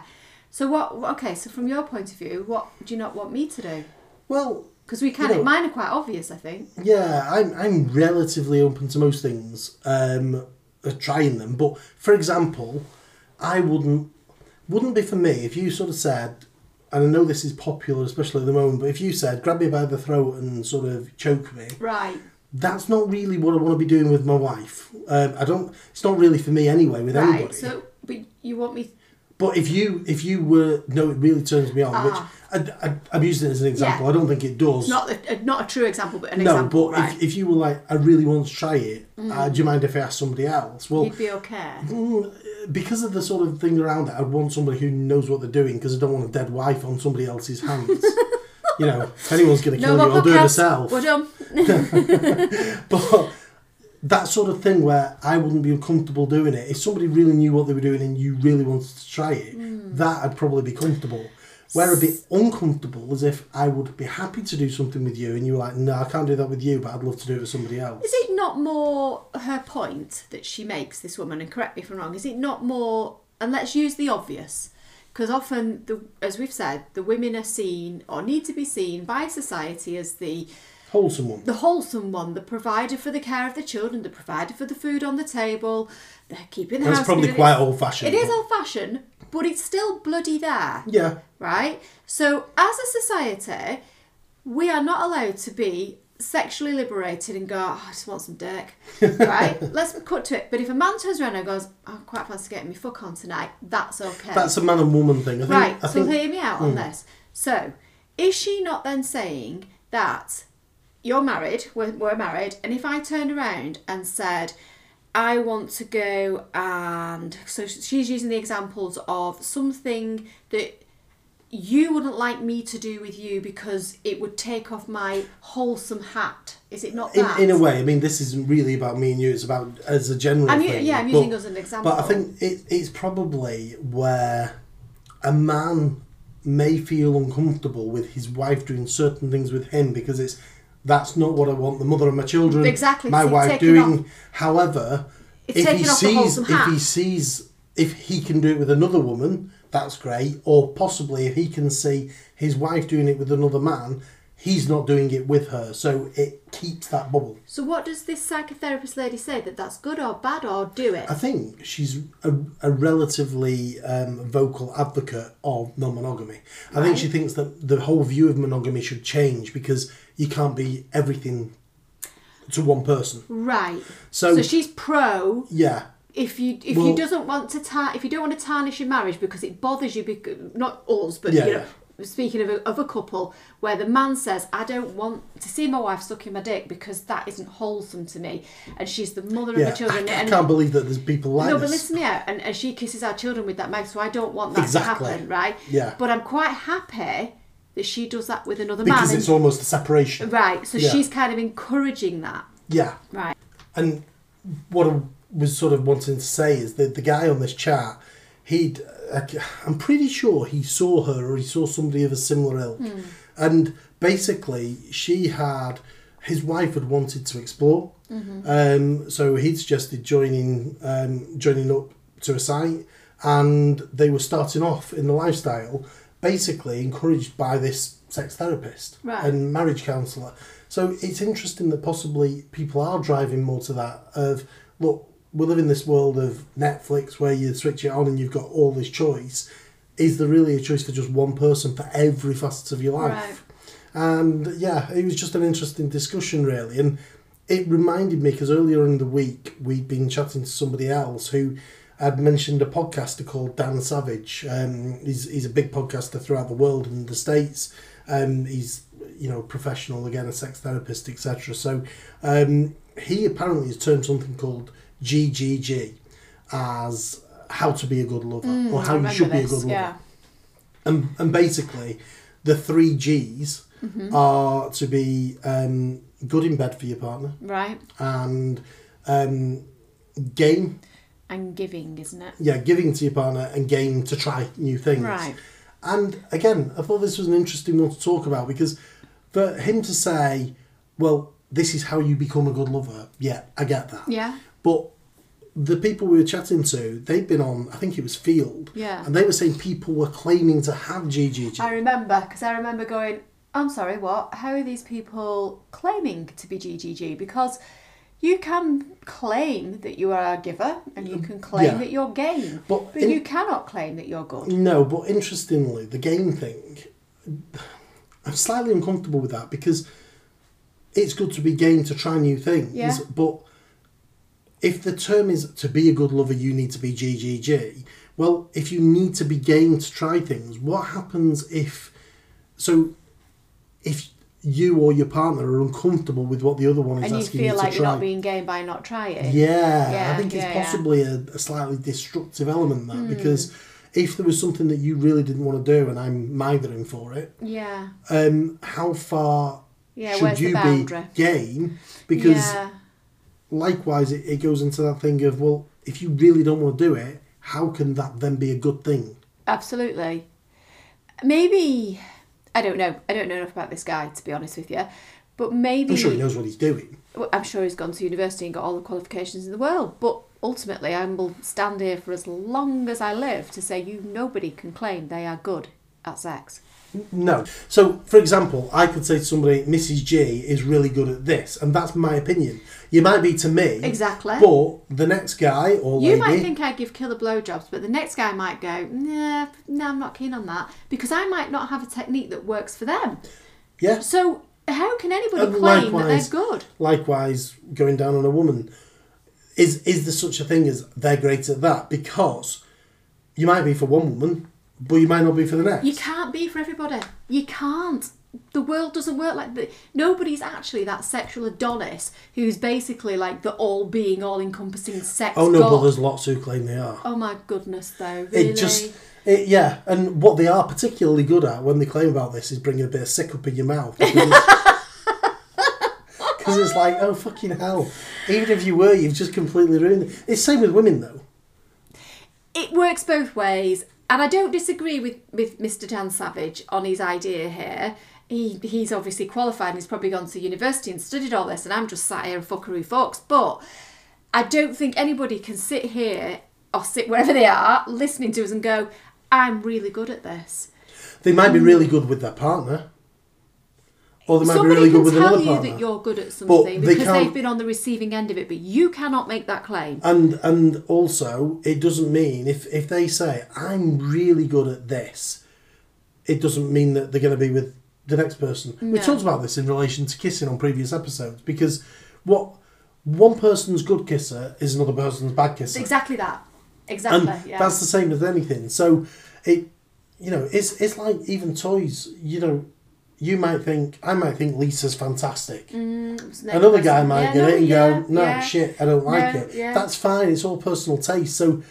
Speaker 1: So what? Okay. So from your point of view, what do you not want me to do?
Speaker 2: Well,
Speaker 1: Because we can.
Speaker 2: You know-
Speaker 1: mine are quite obvious, I think.
Speaker 2: yeah, I'm I'm relatively open to most things, um, uh, trying them. But for example, I wouldn't wouldn't be for me if you sort of said, and I know this is popular, especially at the moment. But if you said, "Grab me by the throat and sort of choke me,"
Speaker 1: Right.
Speaker 2: that's not really what I want to be doing with my wife. Um, I don't. It's not really for me anyway with anybody.
Speaker 1: Right. So, but you want me?
Speaker 2: but if you if you were no, it really turns me on.
Speaker 1: Ah.
Speaker 2: Which I, I, I'm using it as an example.
Speaker 1: Yeah.
Speaker 2: I don't think it does.
Speaker 1: Not a, a- not a true example, but an
Speaker 2: no,
Speaker 1: example.
Speaker 2: but
Speaker 1: right. Mm.
Speaker 2: if, if you were like, I really want to try it. Uh, do you mind if I ask somebody else? Well, hmm,
Speaker 1: You'd be okay.
Speaker 2: Mm-hmm. because of the sort of thing around it, I'd want somebody who knows what they're doing because I don't want a dead wife on somebody else's hands. you know, if anyone's going to
Speaker 1: No
Speaker 2: kill
Speaker 1: more
Speaker 2: you, I'll do it
Speaker 1: podcasts.
Speaker 2: myself.
Speaker 1: We're done.
Speaker 2: But that sort of thing where I wouldn't be comfortable doing it. If somebody really knew what they were doing and you really wanted to try it,
Speaker 1: Hmm.
Speaker 2: that I'd probably be comfortable. Where I'd be uncomfortable is if I would be happy to do something with you and you were like, no, I can't do that with you, but I'd love to do it with somebody else.
Speaker 1: Is it not more her point that she makes, this woman, and correct me if I'm wrong, is it not more, and let's use the obvious, because often, the, as we've said, the women are seen or need to be seen by society as the
Speaker 2: Wholesome one.
Speaker 1: the wholesome one, the provider for the care of the children, the provider for the food on the table, they're keeping the
Speaker 2: That's
Speaker 1: house.
Speaker 2: probably
Speaker 1: good.
Speaker 2: quite old fashioned.
Speaker 1: It is old fashioned, but it's still bloody there,
Speaker 2: Yeah.
Speaker 1: right? So, as a society, we are not allowed to be sexually liberated and go, "Oh, I just want some dick, right? Let's cut to it. But if a man turns around and goes, I'm quite fancy getting me fuck on tonight, that's okay.
Speaker 2: That's a man and woman thing. I think,
Speaker 1: Right,
Speaker 2: I
Speaker 1: so
Speaker 2: think mm.
Speaker 1: hear me out on this. So, is she not then saying that you're married, we're, we're married, and if I turned around and said, I want to go and. So she's using the examples of something that you wouldn't like me to do with you because it would take off my wholesome hat. Is it not
Speaker 2: in,
Speaker 1: that?
Speaker 2: in a way, I mean, this isn't really about me and you. It's about as a general
Speaker 1: I'm u-
Speaker 2: thing.
Speaker 1: yeah, I'm
Speaker 2: but-
Speaker 1: using as an example.
Speaker 2: But I think it, it's probably where a man may feel uncomfortable with his wife doing certain things with him because it's that's not what I want. The mother of my children,
Speaker 1: Exactly,
Speaker 2: my
Speaker 1: it's
Speaker 2: wife
Speaker 1: taking
Speaker 2: doing. However,
Speaker 1: It's
Speaker 2: if he
Speaker 1: taking off the
Speaker 2: sees
Speaker 1: wholesome
Speaker 2: if he
Speaker 1: hat.
Speaker 2: sees if he can do it with another woman, that's great. Or possibly if he can see his wife doing it with another man. He's not doing it with her, so it keeps that bubble.
Speaker 1: So, what does this psychotherapist lady say? That that's good or bad or do it?
Speaker 2: I think she's a, a relatively um, vocal advocate of non monogamy. I think she thinks that the whole view of monogamy should change because you can't be everything to one person.
Speaker 1: Right.
Speaker 2: So,
Speaker 1: so she's pro
Speaker 2: yeah,
Speaker 1: if you if
Speaker 2: Well-
Speaker 1: you doesn't want to tar- if you don't want to tarnish your marriage because it bothers you because not us but
Speaker 2: Yeah,
Speaker 1: you know speaking of a, of a couple where the man says I don't want to see my wife sucking my dick because that isn't wholesome to me and she's the mother of
Speaker 2: yeah.
Speaker 1: my children
Speaker 2: I, I
Speaker 1: and
Speaker 2: can't believe that there's people like
Speaker 1: no but
Speaker 2: this.
Speaker 1: listen here and, and she kisses our children with that mouth so I don't want that
Speaker 2: Exactly.
Speaker 1: to happen right
Speaker 2: Yeah.
Speaker 1: but I'm quite happy that she does that with another
Speaker 2: because
Speaker 1: man
Speaker 2: it's almost a separation.
Speaker 1: and, right so
Speaker 2: Yeah.
Speaker 1: she's kind of encouraging that
Speaker 2: Yeah,
Speaker 1: right
Speaker 2: and what I was sort of wanting to say is that the guy on this chat, he'd, I'm pretty sure he saw her or he saw somebody of a similar ilk,
Speaker 1: Hmm.
Speaker 2: and basically she had, his wife had wanted to explore,
Speaker 1: Mm-hmm.
Speaker 2: um, so he'd suggested joining, um, joining up to a site, and they were starting off in the lifestyle, basically encouraged by this sex therapist
Speaker 1: Right.
Speaker 2: and marriage counsellor. So it's interesting that possibly people are driving more to that of look, we live in this world of Netflix where you switch it on and you've got all this choice. Is there really a choice for just one person for every facet of your life? And yeah, it was just an interesting discussion really, and it reminded me because earlier in the week we'd been chatting to somebody else who had mentioned a podcaster called Dan Savage. Um, he's he's a big podcaster throughout the world and the states. Um, he's you know professional again, a sex therapist, etc. So um, he apparently has termed something called GGG as how to be a good lover or how you
Speaker 1: Hmm, remember
Speaker 2: should be a
Speaker 1: this,
Speaker 2: good lover
Speaker 1: yeah
Speaker 2: and and basically the three G's
Speaker 1: Mm-hmm.
Speaker 2: are to be um, good in bed for your partner
Speaker 1: right
Speaker 2: and um, game
Speaker 1: and giving isn't it
Speaker 2: yeah giving to your partner and game to try new things
Speaker 1: Right.
Speaker 2: and again I thought this was an interesting one to talk about because for him to say well this is how you become a good lover yeah I get that
Speaker 1: yeah
Speaker 2: but the people we were chatting to, they'd been on, I think it was Field.
Speaker 1: Yeah.
Speaker 2: And they were saying people were claiming to have GGG.
Speaker 1: I remember because I remember going, I'm sorry, what? How are these people claiming to be GGG? Because you can claim that you are a giver and you can claim
Speaker 2: yeah.
Speaker 1: that you're game,
Speaker 2: But
Speaker 1: but,
Speaker 2: in-
Speaker 1: you cannot claim that you're good.
Speaker 2: No, but interestingly, the game thing, I'm slightly uncomfortable with that because it's good to be game to try new things,
Speaker 1: Yeah.
Speaker 2: but if the term is to be a good lover, you need to be GGG. Well, if you need to be game to try things, what happens if so? If you or your partner are uncomfortable with what the other one is
Speaker 1: And you
Speaker 2: asking
Speaker 1: feel
Speaker 2: you to
Speaker 1: like
Speaker 2: try,
Speaker 1: you're not being game by not trying.
Speaker 2: yeah, I
Speaker 1: Yeah,
Speaker 2: think it's
Speaker 1: yeah, Hmm. yeah.
Speaker 2: possibly a, a slightly destructive element there because if there was something that you really didn't want to do and I'm mithering for it,
Speaker 1: Yeah.
Speaker 2: um, how far
Speaker 1: Yeah,
Speaker 2: should
Speaker 1: where's the
Speaker 2: you be
Speaker 1: boundary?
Speaker 2: game? Because
Speaker 1: yeah.
Speaker 2: likewise, it, it goes into that thing of well, if you really don't want to do it, how can that then be a good thing?
Speaker 1: Absolutely. Maybe I don't know. I don't know enough about this guy to be honest with you. But maybe
Speaker 2: I'm sure he knows what he's doing.
Speaker 1: Well, I'm sure he's gone to university and got all the qualifications in the world, but ultimately I will stand here for as long as I live to say you nobody can claim they are good at sex.
Speaker 2: No. So, for example, I could say to somebody, Mrs. G is really good at this, and that's my opinion. You might be to me.
Speaker 1: Exactly.
Speaker 2: But the next guy or
Speaker 1: You
Speaker 2: lady.
Speaker 1: might think I give killer blowjobs, but the next guy might go, nah, nah, I'm not keen on that, because I might not have a technique that works for them.
Speaker 2: yeah.
Speaker 1: So how can anybody
Speaker 2: And
Speaker 1: claim
Speaker 2: likewise-
Speaker 1: that they're good?
Speaker 2: Likewise, going down on a woman. Is is there such a thing as they're great at that? Because you might be for one woman, but you might not be for the next.
Speaker 1: You can't be for everybody. You can't. The world doesn't work like that. Nobody's actually that sexual Adonis who's basically like the all-being, all-encompassing sex
Speaker 2: oh no,
Speaker 1: god.
Speaker 2: but there's lots who claim they are.
Speaker 1: Oh my goodness, though, really.
Speaker 2: It just, it, yeah, and what they are particularly good at when they claim about this is bringing a bit of sick up in your mouth. Because it's like, oh fucking hell! Even if you were, you've just completely ruined it. It's same with women though.
Speaker 1: it works both ways, and I don't disagree with, with Mr. Dan Savage on his idea here. He he's obviously qualified and he's probably gone to university and studied all this, and I'm just sat here and fuckery fucks. But I don't think anybody can sit here or sit wherever they are listening to us and go, I'm really good at this.
Speaker 2: They might
Speaker 1: Mm.
Speaker 2: be really good with their partner, or they might
Speaker 1: Somebody
Speaker 2: be really
Speaker 1: can
Speaker 2: good with
Speaker 1: tell
Speaker 2: another
Speaker 1: you
Speaker 2: partner.
Speaker 1: that you're good at something
Speaker 2: they
Speaker 1: because they
Speaker 2: can't-
Speaker 1: have been on the receiving end of it, but you cannot make that claim.
Speaker 2: and and also it doesn't mean if if they say I'm really good at this, it doesn't mean that they're going to be with the next person. We
Speaker 1: No.
Speaker 2: talked about this in relation to kissing on previous episodes because what one person's good kisser is another person's bad kisser.
Speaker 1: Exactly that.
Speaker 2: and
Speaker 1: Exactly. yeah.
Speaker 2: that's the same with anything. So it, you know, it's it's like even toys. You know, you might think I might think Lisa's fantastic.
Speaker 1: Mm,
Speaker 2: Another guy might
Speaker 1: yeah,
Speaker 2: get it and
Speaker 1: yeah,
Speaker 2: go, no
Speaker 1: yeah.
Speaker 2: shit, I don't like
Speaker 1: No,
Speaker 2: it.
Speaker 1: yeah.
Speaker 2: That's fine. It's all personal taste. So,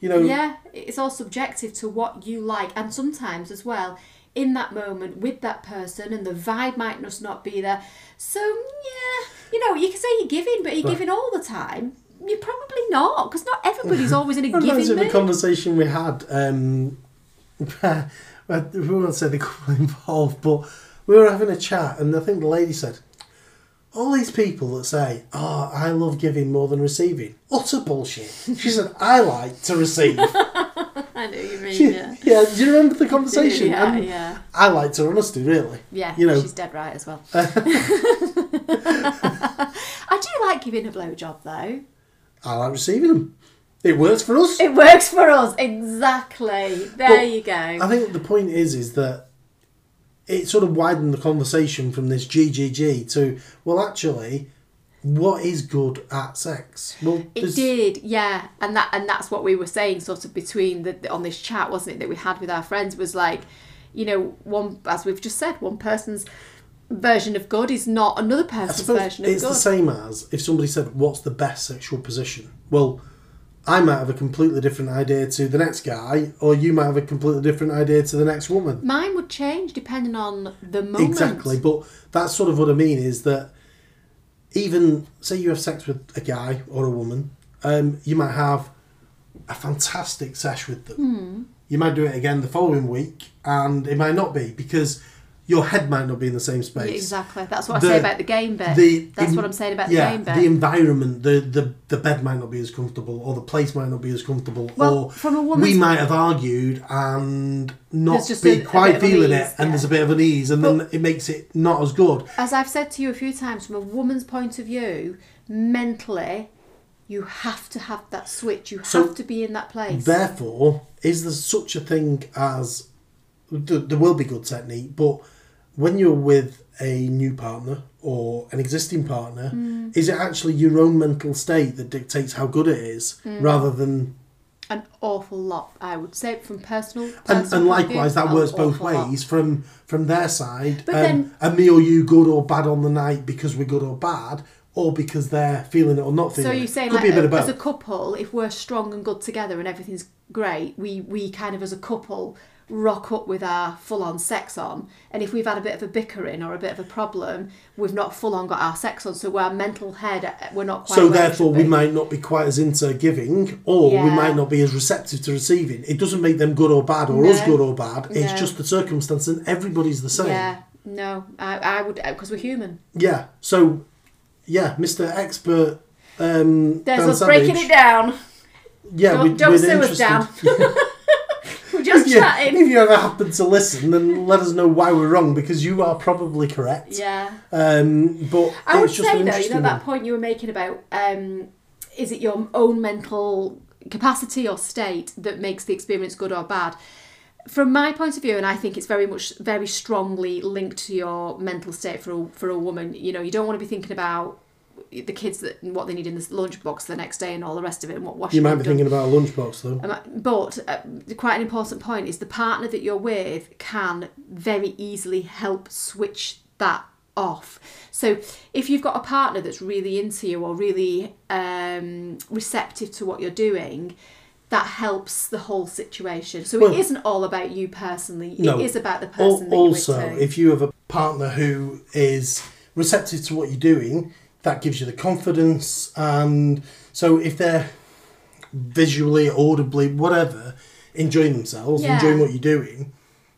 Speaker 2: you know,
Speaker 1: yeah it's all subjective to what you like and sometimes as well in that moment with that person and the vibe might just not be there so yeah you know you can say you're giving but you're
Speaker 2: Right.
Speaker 1: giving all the time you're probably not because not everybody's always in a
Speaker 2: It reminds me
Speaker 1: giving
Speaker 2: of a
Speaker 1: mood
Speaker 2: conversation we had. Um, where- where we won't say the couple involved, but we were having a chat, and I think the lady said, "All these people that say, oh, I love giving more than receiving, utter bullshit." She said, "I like to receive."
Speaker 1: i know you mean
Speaker 2: She-
Speaker 1: yeah
Speaker 2: yeah, do you remember the conversation?
Speaker 1: yeah,
Speaker 2: And
Speaker 1: yeah,
Speaker 2: I like to honesty, really.
Speaker 1: yeah.
Speaker 2: you know-
Speaker 1: she's dead right as well. I do like giving a blowjob though.
Speaker 2: I like receiving them. It works for us.
Speaker 1: It works for us exactly. There
Speaker 2: But
Speaker 1: you go.
Speaker 2: I think the point is is that it sort of widened the conversation from this GGG to well, actually, what is good at sex? Well,
Speaker 1: It
Speaker 2: there's-
Speaker 1: did, yeah, and that and that's what we were saying, sort of between the on this chat, wasn't it, that we had with our friends was like, you know, one as we've just said, one person's version of good is not another
Speaker 2: I
Speaker 1: person's
Speaker 2: suppose
Speaker 1: version of
Speaker 2: it's the
Speaker 1: good.
Speaker 2: same as if somebody said, "What's the best sexual position?" Well, I might have a completely different idea to the next guy, or you might have a completely different idea to the next woman.
Speaker 1: Mine would change depending on the moment.
Speaker 2: Exactly, but that's sort of what I mean is that even say you have sex with a guy or a woman, um, you might have a fantastic sesh with them.
Speaker 1: Hmm.
Speaker 2: You might do it again the following week, and it might not be because your head might not be in the same
Speaker 1: Yeah,
Speaker 2: space.
Speaker 1: Exactly. That's what I
Speaker 2: The-
Speaker 1: say about the game bit.
Speaker 2: The
Speaker 1: that's
Speaker 2: en-
Speaker 1: what I'm saying about
Speaker 2: yeah,
Speaker 1: the game bit.
Speaker 2: The environment, the, the the bed might not be as comfortable, or the place might not be as comfortable,
Speaker 1: Well,
Speaker 2: or
Speaker 1: from a
Speaker 2: we
Speaker 1: woman's-
Speaker 2: might have argued and not
Speaker 1: There's just
Speaker 2: be
Speaker 1: a- a
Speaker 2: quite
Speaker 1: bit of
Speaker 2: feeling
Speaker 1: unease,
Speaker 2: it, and
Speaker 1: yeah.
Speaker 2: there's a bit of unease, and then it makes it not as good.
Speaker 1: as I've said to you a few times, from a woman's point of view, mentally, you have to have that switch. You have
Speaker 2: So,
Speaker 1: to be in that place.
Speaker 2: Therefore, is there such a thing as th- there will be good technique, but when you're with a new partner or an existing partner,
Speaker 1: Mm.
Speaker 2: is it actually your own mental state that dictates how good it is,
Speaker 1: Mm.
Speaker 2: rather than
Speaker 1: an awful lot, I would say, from personal. personal
Speaker 2: and, and
Speaker 1: point of view,
Speaker 2: likewise that
Speaker 1: an
Speaker 2: works both
Speaker 1: awful lot.
Speaker 2: ways from from their side.
Speaker 1: But
Speaker 2: um,
Speaker 1: then-
Speaker 2: are me or you good or bad on the night because we're good or bad, or because they're feeling it or not feeling
Speaker 1: So
Speaker 2: it?
Speaker 1: you're saying,
Speaker 2: Could
Speaker 1: like,
Speaker 2: be a bit of
Speaker 1: as a
Speaker 2: both.
Speaker 1: couple, if we're strong and good together and everything's great, we we kind of as a couple rock up with our full on sex on. And if we've had a bit of a bickering or a bit of a problem, we've not full on got our sex on. So our mental head, uh, we're not quite.
Speaker 2: So
Speaker 1: where it
Speaker 2: therefore,
Speaker 1: should
Speaker 2: we
Speaker 1: be.
Speaker 2: might not be quite as into giving, or we
Speaker 1: Yeah.
Speaker 2: might not be as receptive to receiving. It doesn't make them good or bad, or us
Speaker 1: No.
Speaker 2: good or bad. It's
Speaker 1: No.
Speaker 2: just the circumstance, and everybody's the same. Yeah.
Speaker 1: Yeah. No, I, I would because we're human.
Speaker 2: So, yeah, Mister Expert. Um,
Speaker 1: There's
Speaker 2: Dan
Speaker 1: us
Speaker 2: Savage.
Speaker 1: breaking it down.
Speaker 2: Yeah,
Speaker 1: Don't-
Speaker 2: we,
Speaker 1: don't
Speaker 2: we're
Speaker 1: sue us,
Speaker 2: interested.
Speaker 1: Dan. We're
Speaker 2: If
Speaker 1: just
Speaker 2: you,
Speaker 1: chatting.
Speaker 2: if you ever happen to listen, then let us know why we're wrong because you are probably correct.
Speaker 1: Yeah.
Speaker 2: Um, but
Speaker 1: I would
Speaker 2: it's just
Speaker 1: say though,
Speaker 2: an
Speaker 1: you
Speaker 2: interesting
Speaker 1: know
Speaker 2: one.
Speaker 1: that point you were making about um, is it your own mental capacity or state that makes the experience good or bad? From my point of view, and I think it's very much very strongly linked to your mental state for a, for a woman. You know, you don't want to be thinking about the kids that and what they need in this lunchbox the next day and all the rest of it and what washing
Speaker 2: You might
Speaker 1: they've
Speaker 2: be
Speaker 1: done.
Speaker 2: thinking about a lunchbox though.
Speaker 1: Um, But uh, quite an important point is the partner that you're with can very easily help switch that off. So if you've got a partner that's really into you or really um, receptive to what you're doing, that helps the whole situation. So
Speaker 2: Well-
Speaker 1: it isn't all about you personally.
Speaker 2: No.
Speaker 1: It is about the person
Speaker 2: Al-
Speaker 1: that you're with.
Speaker 2: also, if you have a partner who is receptive to what you're doing, that gives you the confidence. And so, if they're visually, audibly, whatever, enjoying themselves,
Speaker 1: Yeah.
Speaker 2: enjoying what you're doing,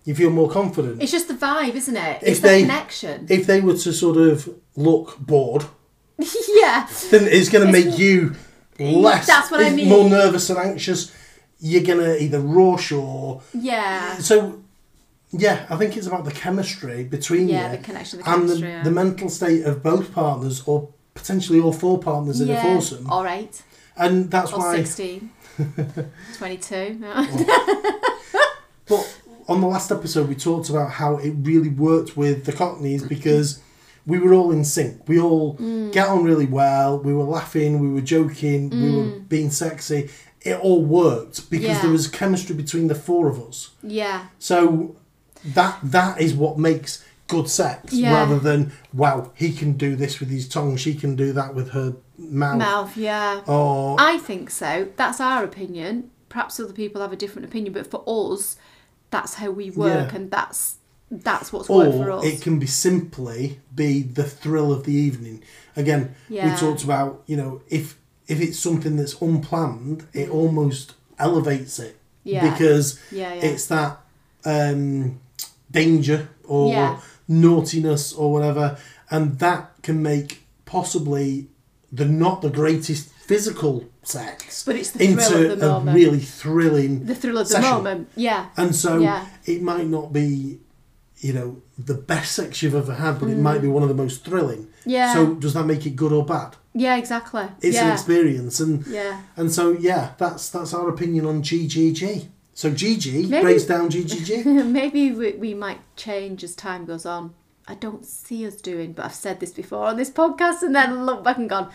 Speaker 2: you feel more confident.
Speaker 1: it's just the vibe, isn't it?
Speaker 2: If
Speaker 1: It's the
Speaker 2: they-
Speaker 1: connection.
Speaker 2: if they were to sort of look bored,
Speaker 1: yeah.
Speaker 2: then it's going to
Speaker 1: It's-
Speaker 2: make you less,
Speaker 1: That's what I
Speaker 2: it's
Speaker 1: mean.
Speaker 2: more nervous and anxious. You're going to either rush or
Speaker 1: Yeah.
Speaker 2: So, yeah, I think it's about the chemistry between
Speaker 1: Yeah,
Speaker 2: you
Speaker 1: the connection, the
Speaker 2: and the,
Speaker 1: chemistry, yeah.
Speaker 2: the mental state of both partners, or potentially all four partners in a
Speaker 1: yeah.
Speaker 2: foursome.
Speaker 1: All right.
Speaker 2: And that's
Speaker 1: Or
Speaker 2: why.
Speaker 1: 16. 22. yeah.
Speaker 2: But on the last episode, we talked about how it really worked with the Cockneys because we were all in sync. We all
Speaker 1: Mm.
Speaker 2: get on really well. We were laughing, we were joking, we were being sexy. It all worked because
Speaker 1: Mm. Yeah.
Speaker 2: there was chemistry between the four of us.
Speaker 1: Yeah.
Speaker 2: So that that is what makes good sex
Speaker 1: Yeah.
Speaker 2: rather than wow, he can do this with his tongue, she can do that with her mouth.
Speaker 1: Mouth, yeah.
Speaker 2: Or
Speaker 1: I think so. That's our opinion. Perhaps other people have a different opinion, but for us, that's how we work,
Speaker 2: Yeah.
Speaker 1: and that's that's what's worked for
Speaker 2: or
Speaker 1: us.
Speaker 2: it can be simply be the thrill of the evening. Again,
Speaker 1: Yeah.
Speaker 2: we talked about, you know, if if it's something that's unplanned, it almost elevates it.
Speaker 1: Mm. Yeah.
Speaker 2: Because
Speaker 1: yeah, yeah,
Speaker 2: it's that um, danger or
Speaker 1: Yeah.
Speaker 2: naughtiness or whatever, and that can make possibly the not the greatest physical sex
Speaker 1: But it's the thrill
Speaker 2: into
Speaker 1: of the
Speaker 2: a
Speaker 1: moment.
Speaker 2: really thrilling
Speaker 1: the thrill of the
Speaker 2: session.
Speaker 1: moment. Yeah,
Speaker 2: and so
Speaker 1: Yeah.
Speaker 2: it might not be, you know, the best sex you've ever had, but it might be one of the most thrilling.
Speaker 1: Mm. Yeah.
Speaker 2: So does that make it good or bad?
Speaker 1: yeah, exactly.
Speaker 2: It's an
Speaker 1: yeah,
Speaker 2: experience, and
Speaker 1: yeah.
Speaker 2: and so yeah, that's that's our opinion on GGG. So GG
Speaker 1: Maybe-
Speaker 2: breaks down GGG.
Speaker 1: Maybe we, we might change as time goes on. I don't see us doing, but I've said this before on this podcast, and then looked back and gone,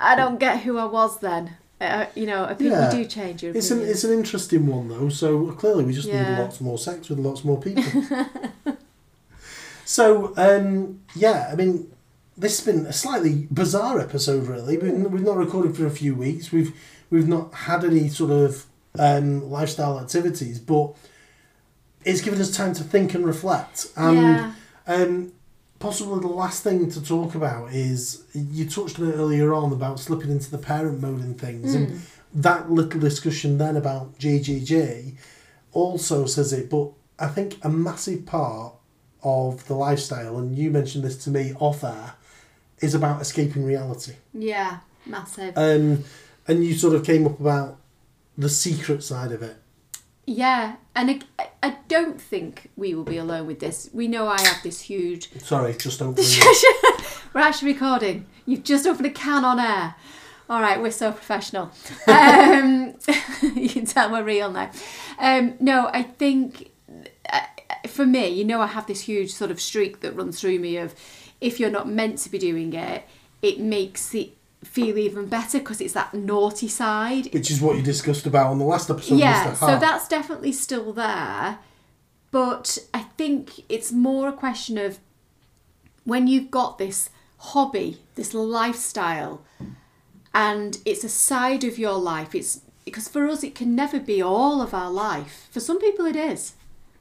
Speaker 1: I don't get who I was then. Uh, you know, people
Speaker 2: Yeah.
Speaker 1: do change your
Speaker 2: It's an
Speaker 1: opinion.
Speaker 2: it's an interesting one though. So clearly we just
Speaker 1: Yeah.
Speaker 2: need lots more sex with lots more people. so um, yeah, I mean, this has been a slightly bizarre episode really. We've, we've not recorded for a few weeks. We've we've not had any sort of um, lifestyle activities, but it's given us time to think and reflect. And
Speaker 1: yeah,
Speaker 2: um, possibly the last thing to talk about is you touched on it earlier on about slipping into the parent mode and things,
Speaker 1: Hmm.
Speaker 2: and that little discussion then about GGG also says it. But I think a massive part of the lifestyle, and you mentioned this to me off air, is about escaping reality.
Speaker 1: yeah, massive.
Speaker 2: Um, and you sort of came up about the secret side of it.
Speaker 1: Yeah, and I, I don't think we will be alone with this. We know I have this huge.
Speaker 2: Sorry, just opening.
Speaker 1: We're actually recording. You've just opened a can on air. All right, we're so professional. Um, you can tell we're real now. Um, no, I think uh, for me, you know, I have this huge sort of streak that runs through me of if you're not meant to be doing it, it makes it feel even better because it's that naughty side.
Speaker 2: which is what you discussed about on the last episode.
Speaker 1: yeah,
Speaker 2: Mr.
Speaker 1: so
Speaker 2: Hart.
Speaker 1: that's definitely still there. But I think it's more a question of when you've got this hobby, this lifestyle, and it's a side of your life. It's because for us, it can never be all of our life. For some people, it is,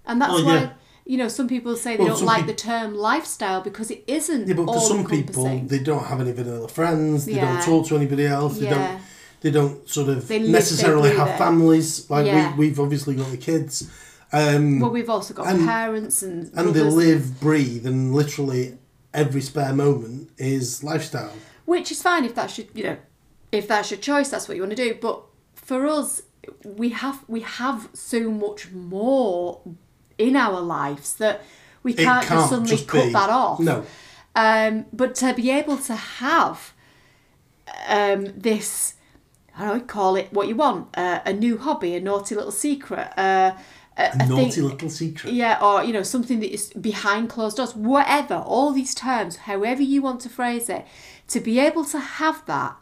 Speaker 1: and that's
Speaker 2: Oh,
Speaker 1: why
Speaker 2: yeah.
Speaker 1: you know some people say they
Speaker 2: Well,
Speaker 1: don't
Speaker 2: some
Speaker 1: like
Speaker 2: peop-
Speaker 1: the term lifestyle because it isn't.
Speaker 2: Yeah, but for
Speaker 1: all
Speaker 2: some people,
Speaker 1: encompassing.
Speaker 2: they don't have any vanilla friends. They
Speaker 1: Yeah.
Speaker 2: don't talk to anybody else. They
Speaker 1: Yeah.
Speaker 2: don't. They don't sort of
Speaker 1: They live, they
Speaker 2: necessarily
Speaker 1: breathe
Speaker 2: have
Speaker 1: it.
Speaker 2: families. Like
Speaker 1: Yeah.
Speaker 2: we, we've obviously got the kids, um,
Speaker 1: well, we've also got
Speaker 2: and-
Speaker 1: parents and
Speaker 2: and they
Speaker 1: brothers.
Speaker 2: live, breathe, and literally every spare moment is lifestyle.
Speaker 1: which is fine if that's your you know if that's your choice that's what you want to do but for us we have we have so much more in our lives that we
Speaker 2: It
Speaker 1: can't, just suddenly cut
Speaker 2: be-
Speaker 1: that off
Speaker 2: No,
Speaker 1: um, but to be able to have um, this, I don't know, call it what you want, uh, a new hobby, a naughty little secret, uh, a, a
Speaker 2: a naughty
Speaker 1: thing-
Speaker 2: little secret.
Speaker 1: yeah, or you know, something that is behind closed doors, whatever, all these terms, however you want to phrase it, to be able to have that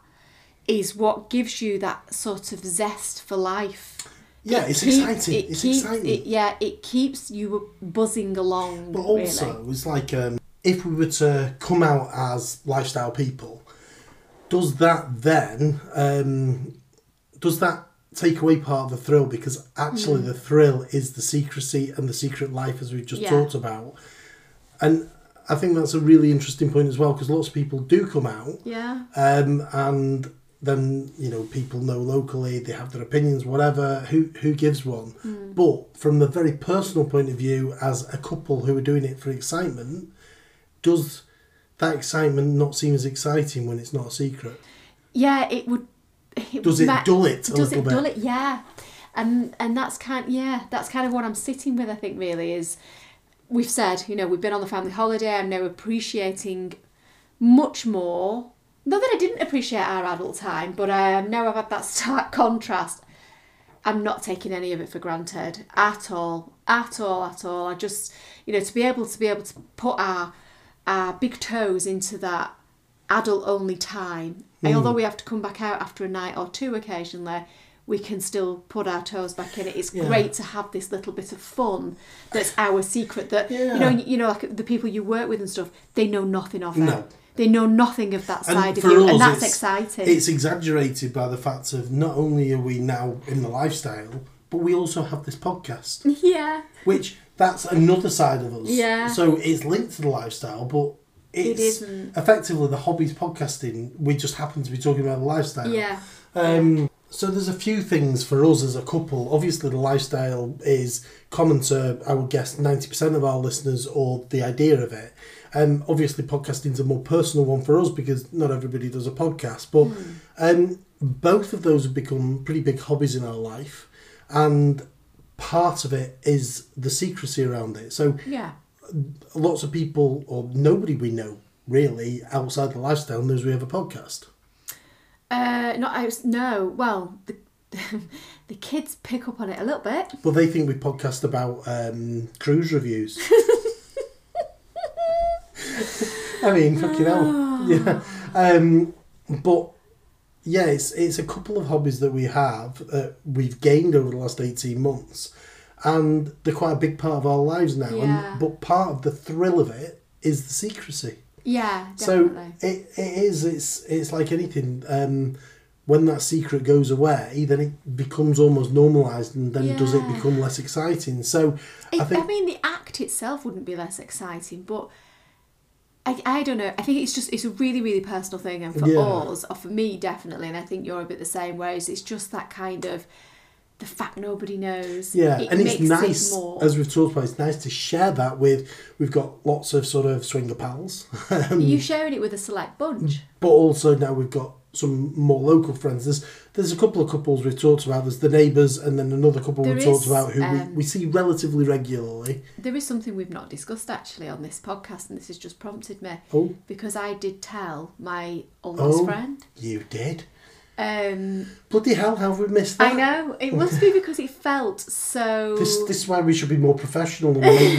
Speaker 1: is what gives you that sort of zest for life.
Speaker 2: Yeah, it's
Speaker 1: Keep-
Speaker 2: exciting.
Speaker 1: it
Speaker 2: it's
Speaker 1: keeps-
Speaker 2: exciting.
Speaker 1: it- yeah, it keeps you buzzing along.
Speaker 2: But also, it's like um, if we were to come out as lifestyle people, does that then um, does that take away part of the thrill? Because actually, the thrill is the secrecy and the secret life, as we've just
Speaker 1: Yeah.
Speaker 2: talked about. And I think that's a really interesting point as well, because lots of people do come out,
Speaker 1: really. yeah,
Speaker 2: um, and then you know people know locally they have their opinions whatever who who gives one
Speaker 1: Hmm.
Speaker 2: but from the very personal point of view as a couple who are doing it for excitement does that excitement not seem as exciting when it's not a secret
Speaker 1: yeah, it would. It
Speaker 2: does it
Speaker 1: ma-
Speaker 2: dull it a
Speaker 1: does
Speaker 2: little
Speaker 1: it
Speaker 2: bit
Speaker 1: dull it yeah and and that's kind yeah that's kind of what i'm sitting with i think really is we've said you know we've been on the family holiday i'm now appreciating much more not that i didn't appreciate our adult time but um, now i've had that stark contrast i'm not taking any of it for granted at all at all at all i just you know to be able to be able to put our our big toes into that adult only time.
Speaker 2: Mm.
Speaker 1: And although we have to come back out after a night or two occasionally, we can still put our toes back in it. It's
Speaker 2: Yeah.
Speaker 1: great to have this little bit of fun that's our secret. That you know,
Speaker 2: Yeah.
Speaker 1: you know, like the people you work with and stuff, they know nothing of
Speaker 2: No.
Speaker 1: it. They know nothing of that
Speaker 2: And
Speaker 1: side of
Speaker 2: for
Speaker 1: you,
Speaker 2: us,
Speaker 1: and that's
Speaker 2: it's-
Speaker 1: exciting.
Speaker 2: It's exaggerated by the fact of not only are we now in the lifestyle, but we also have this podcast,
Speaker 1: yeah,
Speaker 2: which that's another side of us.
Speaker 1: Yeah.
Speaker 2: So it's linked to the lifestyle, but it's
Speaker 1: isn't.
Speaker 2: effectively the hobbies podcasting. We just happen to be talking about the lifestyle.
Speaker 1: yeah,
Speaker 2: Um, so there's a few things for us as a couple. Obviously, the lifestyle is common to, I would guess, 90% of our listeners or the idea of it. Um, obviously, podcasting's a more personal one for us because not everybody does a podcast. But um, both of those have become pretty big hobbies in our life. And part of it is the secrecy around it. So
Speaker 1: yeah,
Speaker 2: lots of people, or nobody we know really outside the lifestyle, knows we have a podcast.
Speaker 1: uh, not out. No, well, the the kids pick up on it a little bit.
Speaker 2: Well, they think we podcast about um, cruise reviews. I mean, fucking hell. Yeah. Um, but yeah, it's it's a couple of hobbies that we have that we've gained over the last eighteen months, and they're quite a big part of our lives now.
Speaker 1: Yeah.
Speaker 2: And, but part of the thrill of it is the secrecy.
Speaker 1: Yeah, definitely.
Speaker 2: So it, it is. It's it's like anything. Um, when that secret goes away, then it becomes almost normalised, and then does it
Speaker 1: Yeah.
Speaker 2: become less exciting? So
Speaker 1: It,
Speaker 2: I
Speaker 1: I,
Speaker 2: think
Speaker 1: mean, the act itself wouldn't be less exciting, but I, I don't know. I think it's just it's a really really personal thing, and for
Speaker 2: Yeah.
Speaker 1: us, or for me definitely, and I think you're a bit the same. Whereas it's just that kind of the fact nobody knows.
Speaker 2: yeah,
Speaker 1: It
Speaker 2: and
Speaker 1: makes
Speaker 2: it's nice
Speaker 1: It more,
Speaker 2: as we've talked about. It's nice to share that with. We've got lots of sort of swinger pals, Mm.
Speaker 1: you sharing it with a select bunch.
Speaker 2: but also now we've got some more local friends. There's there's a couple of couples we've talked about. There's the neighbours, and then another couple
Speaker 1: There
Speaker 2: we've talked
Speaker 1: is,
Speaker 2: about who
Speaker 1: um,
Speaker 2: we, we see relatively regularly.
Speaker 1: There is something we've not discussed actually on this podcast, and this has just prompted me
Speaker 2: Oh,
Speaker 1: because I did tell my oldest
Speaker 2: Oh.
Speaker 1: friend.
Speaker 2: you did.
Speaker 1: Um,
Speaker 2: Bloody hell! How have we missed that?
Speaker 1: I know it must be because it felt so.
Speaker 2: Oh. This, this is why we should be more professional and make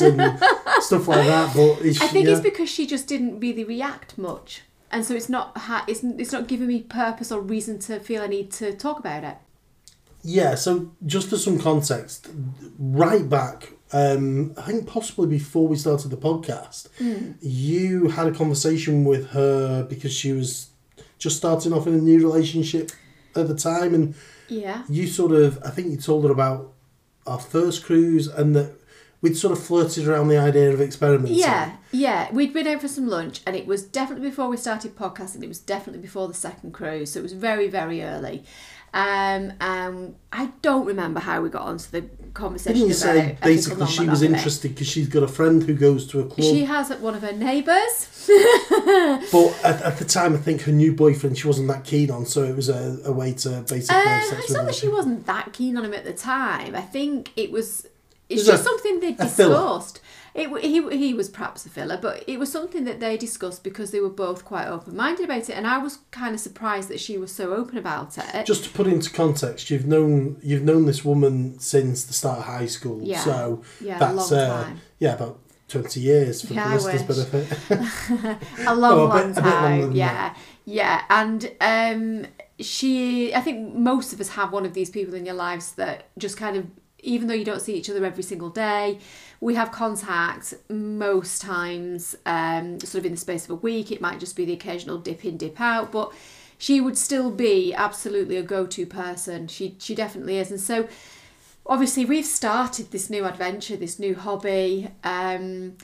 Speaker 2: and stuff like that. But it's,
Speaker 1: I think
Speaker 2: yeah,
Speaker 1: it's because she just didn't really react much, and so it's not ha- it's, it's not giving me purpose or reason to feel I need to talk about it.
Speaker 2: yeah. So just for some context, right back, um, I think possibly before we started the podcast,
Speaker 1: Hmm.
Speaker 2: you had a conversation with her because she was just starting off in a new relationship at the time, and
Speaker 1: Yeah,
Speaker 2: you sort of I think you told her about our first cruise and that we'd sort of flirted around the idea of experimenting.
Speaker 1: yeah, yeah. We'd been out for some lunch, and it was definitely before we started podcasting. It was definitely before the second cruise, so it was very very early. Um, um, I don't remember how we got onto the conversation.
Speaker 2: Didn't you
Speaker 1: about
Speaker 2: say
Speaker 1: ethical
Speaker 2: basically she was
Speaker 1: non-monogamy.
Speaker 2: interested because she's got a friend who goes to a club?
Speaker 1: She has at one of her neighbours.
Speaker 2: But at, at the time, I think her new boyfriend she wasn't that keen on, so it was a, a way to basically have
Speaker 1: Uh,
Speaker 2: sex
Speaker 1: it's
Speaker 2: with
Speaker 1: not
Speaker 2: her.
Speaker 1: that she wasn't that keen on him at the time. I think it was. It's
Speaker 2: It was
Speaker 1: just
Speaker 2: a-
Speaker 1: something they
Speaker 2: a filler.
Speaker 1: discussed. It, w- he, he was perhaps a filler, but it was something that they discussed because they were both quite open minded about it. And I was kind of surprised that she was so open about it.
Speaker 2: Just to put into context, you've known you've known this woman since the start of high school,
Speaker 1: Yeah.
Speaker 2: so
Speaker 1: Yeah, a
Speaker 2: that's
Speaker 1: long
Speaker 2: uh,
Speaker 1: time.
Speaker 2: yeah about twenty years for
Speaker 1: Yeah, I
Speaker 2: the listeners'
Speaker 1: wish.
Speaker 2: benefit.
Speaker 1: a long,
Speaker 2: Oh, a bit-
Speaker 1: long
Speaker 2: a bit longer
Speaker 1: time.
Speaker 2: than
Speaker 1: yeah, yeah. And um, she, I think most of us have one of these people in your lives that just kind of, even though you don't see each other every single day, we have contact most times, um, sort of in the space of a week. It might just be the occasional dip in, dip out, but she would still be absolutely a go-to person. She she definitely is, and so obviously we've started this new adventure, this new hobby. Um,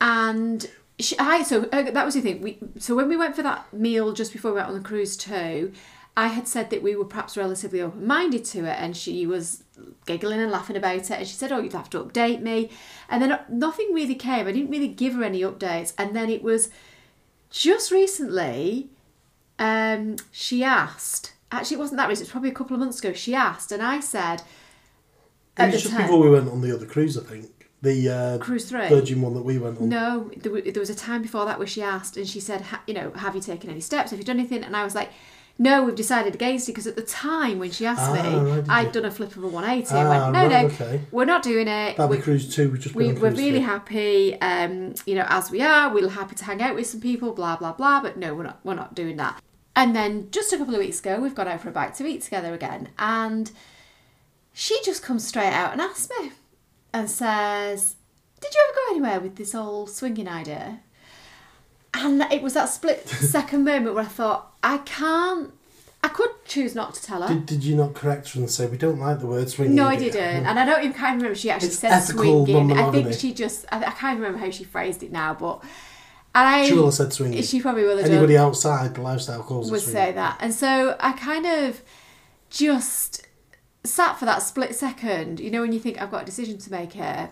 Speaker 1: and she, I so uh, that was the thing. We so when we went for that meal just before we went on the cruise too, I had said that we were perhaps relatively open minded to it, and she was giggling and laughing about it, and she said, "Oh, you'd have to update me," and then uh, nothing really came. I didn't really give her any updates, and then it was just recently. Um, she asked. Actually, it wasn't that recent. It was probably a couple of months ago. She asked, and I said,
Speaker 2: it
Speaker 1: at
Speaker 2: was
Speaker 1: the
Speaker 2: just
Speaker 1: time,
Speaker 2: before we went on the other cruise, I think the uh,
Speaker 1: cruise three.
Speaker 2: Virgin one that we went on.
Speaker 1: No, there, wa- there was a time before that where she asked, and she said, ha, you know, have you taken any steps? Have you done anything? And I was like, no, we've decided against it because at the time when she asked me,
Speaker 2: Ah, right, did
Speaker 1: I'd
Speaker 2: you?
Speaker 1: done a flip of a 180. I
Speaker 2: Ah,
Speaker 1: went, no,
Speaker 2: right,
Speaker 1: no,
Speaker 2: okay.
Speaker 1: we're not doing it.
Speaker 2: That'll
Speaker 1: We-
Speaker 2: be Cruise 2. We've just been
Speaker 1: we,
Speaker 2: on
Speaker 1: we're
Speaker 2: Cruise
Speaker 1: really
Speaker 2: 2.
Speaker 1: happy, um, you know, as we are. We're happy to hang out with some people, blah blah blah. But no, we're not. We're not doing that. And then just a couple of weeks ago, we've gone out for a bite to eat together again, and she just comes straight out and asks me, and says, "Did you ever go anywhere with this whole swinging idea?" And it was that split second moment where I thought, I can't. I could choose not to tell her.
Speaker 2: Did, did you not correct her and say, we don't like the word swinging?
Speaker 1: No, I
Speaker 2: again"?
Speaker 1: didn't, and I don't even kind of remember she actually
Speaker 2: It's
Speaker 1: said
Speaker 2: ethical
Speaker 1: swinging. I think
Speaker 2: non-monogamy.
Speaker 1: she just I, I can't remember how she phrased it now, but and I
Speaker 2: She will have said swinging.
Speaker 1: she probably will have done
Speaker 2: Anybody outside the lifestyle calls it
Speaker 1: would
Speaker 2: swinging.
Speaker 1: say that, and so I kind of just sat for that split second. You know, when you think I've got a decision to make here.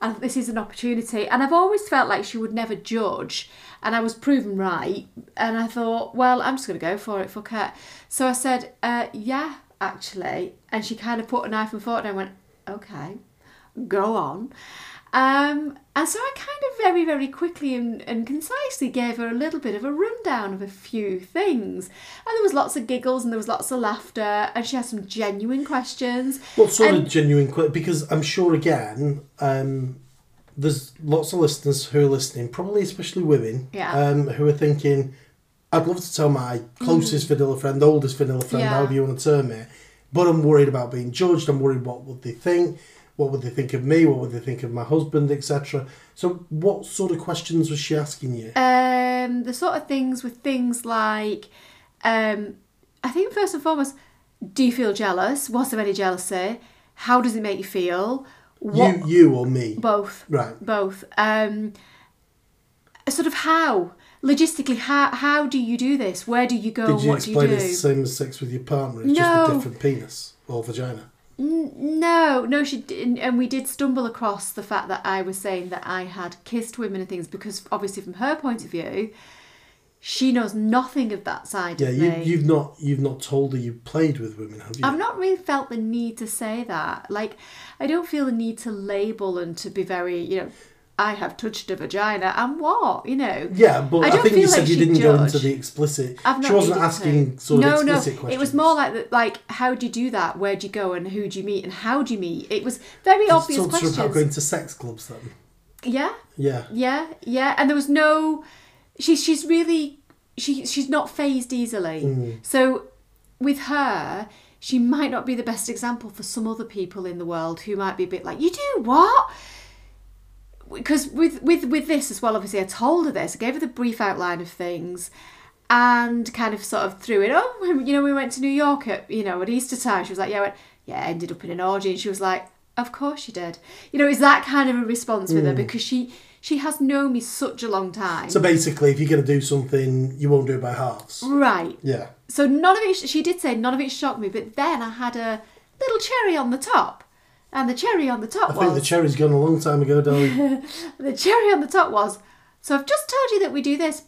Speaker 1: And this is an opportunity, and I've always felt like she would never judge, and I was proven right. And I thought, well, I'm just going to go for it, fuck it. So I said, uh, yeah, actually. And she kind of put a knife and fork down and went, okay go on. Um, and so I kind of very, very quickly and, and concisely gave her a little bit of a rundown of a few things. And there was lots of giggles and there was lots of laughter, and she had some genuine questions.
Speaker 2: What sort
Speaker 1: And-
Speaker 2: of genuine quit? Because I'm sure, again, um, there's lots of listeners who are listening, probably especially women,
Speaker 1: Yeah.
Speaker 2: um, who are thinking, I'd love to tell my closest vanilla friend, oldest vanilla friend,
Speaker 1: Mm. Yeah.
Speaker 2: however you want to term it, but I'm worried about being judged. I'm worried what would they think? What would they think of me? What would they think of my husband, etc.? So, what sort of questions was she asking you?
Speaker 1: Um, the sort of things were things like, um, I think first and foremost, do you feel jealous? Was there any jealousy? How does it make you feel?
Speaker 2: you, you or me?
Speaker 1: Both.
Speaker 2: Right.
Speaker 1: Both. Um, sort of how logistically how how do you do this? Where do you go?
Speaker 2: Did you
Speaker 1: Oh, what do you
Speaker 2: explain
Speaker 1: do?
Speaker 2: it's the same as sex with your partner? It's just
Speaker 1: No.
Speaker 2: a different penis or vagina.
Speaker 1: N- no, no, she didn't. And we did stumble across the fact that I was saying that I had kissed women and things because obviously from her point of view, she knows nothing of that side
Speaker 2: Yeah,
Speaker 1: of
Speaker 2: you,
Speaker 1: me.
Speaker 2: you've not you've not told her you played with women, have you?
Speaker 1: I've not really felt the need to say that. Like, I don't feel the need to label and to be very, you know, I have touched a vagina and what, you know.
Speaker 2: yeah, but
Speaker 1: I
Speaker 2: I,
Speaker 1: don't
Speaker 2: think you
Speaker 1: feel
Speaker 2: said
Speaker 1: like
Speaker 2: you
Speaker 1: she
Speaker 2: didn't go into
Speaker 1: judged.
Speaker 2: the explicit.
Speaker 1: I've not
Speaker 2: she wasn't
Speaker 1: needed to.
Speaker 2: asking sort
Speaker 1: no,
Speaker 2: of explicit
Speaker 1: no.
Speaker 2: questions.
Speaker 1: It was more like the, like how do you do that? Where do you go and who do you meet and how do you meet? It was very obvious
Speaker 2: Talk to her
Speaker 1: questions.
Speaker 2: about going to sex clubs then.
Speaker 1: Yeah,
Speaker 2: Yeah.
Speaker 1: yeah, yeah. And there was no. She's she's really she she's not phased easily.
Speaker 2: Mm.
Speaker 1: So with her, she might not be the best example for some other people in the world who might be a bit like you do what because with with with this as well obviously i told her this i gave her the brief outline of things and kind of sort of threw it oh we- you know we went to new york at you know at easter time she was like yeah I went, yeah I ended up in an orgy and she was like of course you did you know it's that kind of a response with her because she she has known me such a long time
Speaker 2: Mm. So basically, if you're going to do something, you won't do it by halves.
Speaker 1: Mm. right
Speaker 2: Yeah.
Speaker 1: so none of it she did say none of it shocked me but then i had a little cherry on the top and the cherry on the top
Speaker 2: I
Speaker 1: was
Speaker 2: think the cherry's gone a long time ago, darling.
Speaker 1: the cherry on the top was, so I've just told you that we do this,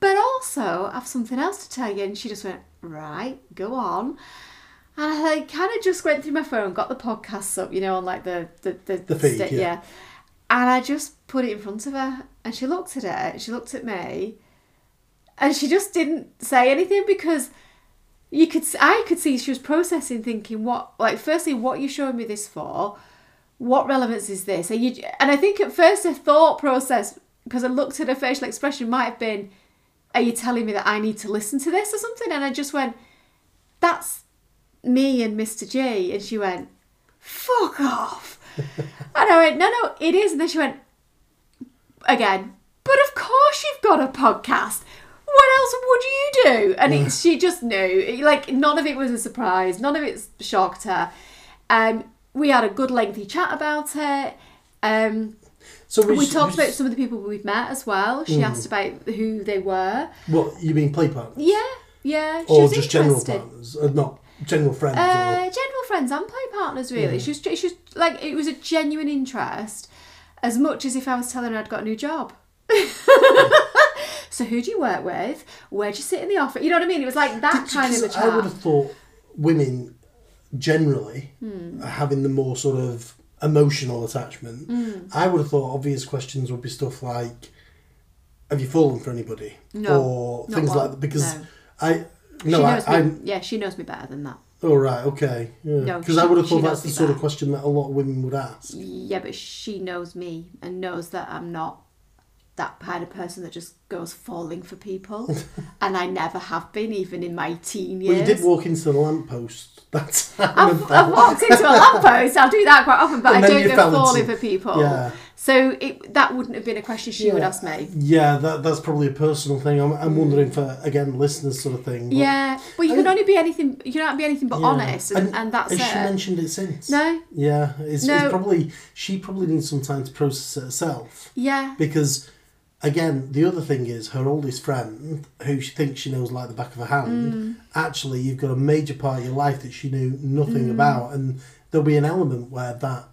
Speaker 1: but also I've something else to tell you. And she just went, right, go on. And I kind of just went through my phone, got the podcasts up, you know, on like the the the,
Speaker 2: The feed,
Speaker 1: sti-
Speaker 2: yeah.
Speaker 1: And I just put it in front of her, and she looked at it, she looked at me, and she just didn't say anything because you could s- I could see she was processing, thinking what like firstly what you showing me this for, what relevance is this? Are you and I think at first her thought process because I looked at her facial expression might have been, are you telling me that I need to listen to this or something? And I just went, that's me and Mr J, and she went, fuck off, and I went, no no it is, and then she went, again. But of course, you've got a podcast. What else would you do? And it, she just knew. It- Like none of it was a surprise. None of it shocked her. Um, we had a good lengthy chat about it. Um,
Speaker 2: So
Speaker 1: we
Speaker 2: which, Mm.
Speaker 1: talked about
Speaker 2: which,
Speaker 1: some of the people we've met as well. She asked about who they were.
Speaker 2: what you mean, play partners
Speaker 1: Yeah, yeah. She
Speaker 2: or
Speaker 1: was
Speaker 2: just general
Speaker 1: interested.
Speaker 2: partners, uh, not general friends.
Speaker 1: Uh,
Speaker 2: or,
Speaker 1: general friends and play partners, really. She was, she was like, it was a genuine interest, as much as if I was telling her I'd got a new job. so who do you work with? Where do you sit in the office? You know what I mean? It was like that kind of a
Speaker 2: Because I would
Speaker 1: chat.
Speaker 2: have thought women generally
Speaker 1: Hmm.
Speaker 2: are having the more sort of emotional attachment.
Speaker 1: Hmm.
Speaker 2: I would have thought obvious questions would be stuff like, "Have you fallen for anybody?"
Speaker 1: No,
Speaker 2: or
Speaker 1: not
Speaker 2: things
Speaker 1: one,
Speaker 2: like that. Because
Speaker 1: no.
Speaker 2: I
Speaker 1: she
Speaker 2: No, I,
Speaker 1: knows me.
Speaker 2: I'm.
Speaker 1: Yeah, she knows me better than that.
Speaker 2: Oh right, okay. Yeah.
Speaker 1: No,
Speaker 2: Because
Speaker 1: she-
Speaker 2: I would have
Speaker 1: she
Speaker 2: thought
Speaker 1: knows
Speaker 2: that's the
Speaker 1: me
Speaker 2: sort of
Speaker 1: better.
Speaker 2: question that a lot of women would ask.
Speaker 1: Yeah, but she knows me and knows that I'm not that kind of person that just goes falling for people, and I never have been, even in my teen years.
Speaker 2: Well, you did walk into the lamppost. That's
Speaker 1: I've, I've walked into a lamppost. I'll do that quite often, but I
Speaker 2: And then
Speaker 1: don't
Speaker 2: you
Speaker 1: go
Speaker 2: fell
Speaker 1: falling
Speaker 2: into-
Speaker 1: for people.
Speaker 2: Yeah.
Speaker 1: So it, that wouldn't have been a question she would
Speaker 2: Yeah.
Speaker 1: ask me.
Speaker 2: Yeah, that, that's probably a personal thing. I'm, I'm wondering for again listeners sort of thing. but-
Speaker 1: Hmm. Yeah, well, you
Speaker 2: I
Speaker 1: can
Speaker 2: mean-
Speaker 1: only be anything. You can't be anything but
Speaker 2: Yeah.
Speaker 1: honest, and, and, that's
Speaker 2: has she
Speaker 1: it.
Speaker 2: mentioned it since?
Speaker 1: No.
Speaker 2: Yeah, it's,
Speaker 1: No.
Speaker 2: it's probably she probably needs some time to process it herself
Speaker 1: Yeah.
Speaker 2: because, again, the other thing is her oldest friend, who she thinks she knows like the back of her hand.
Speaker 1: Mm.
Speaker 2: Actually, you've got a major part of your life that she knew
Speaker 1: Mm.
Speaker 2: nothing about, and there'll be an element where that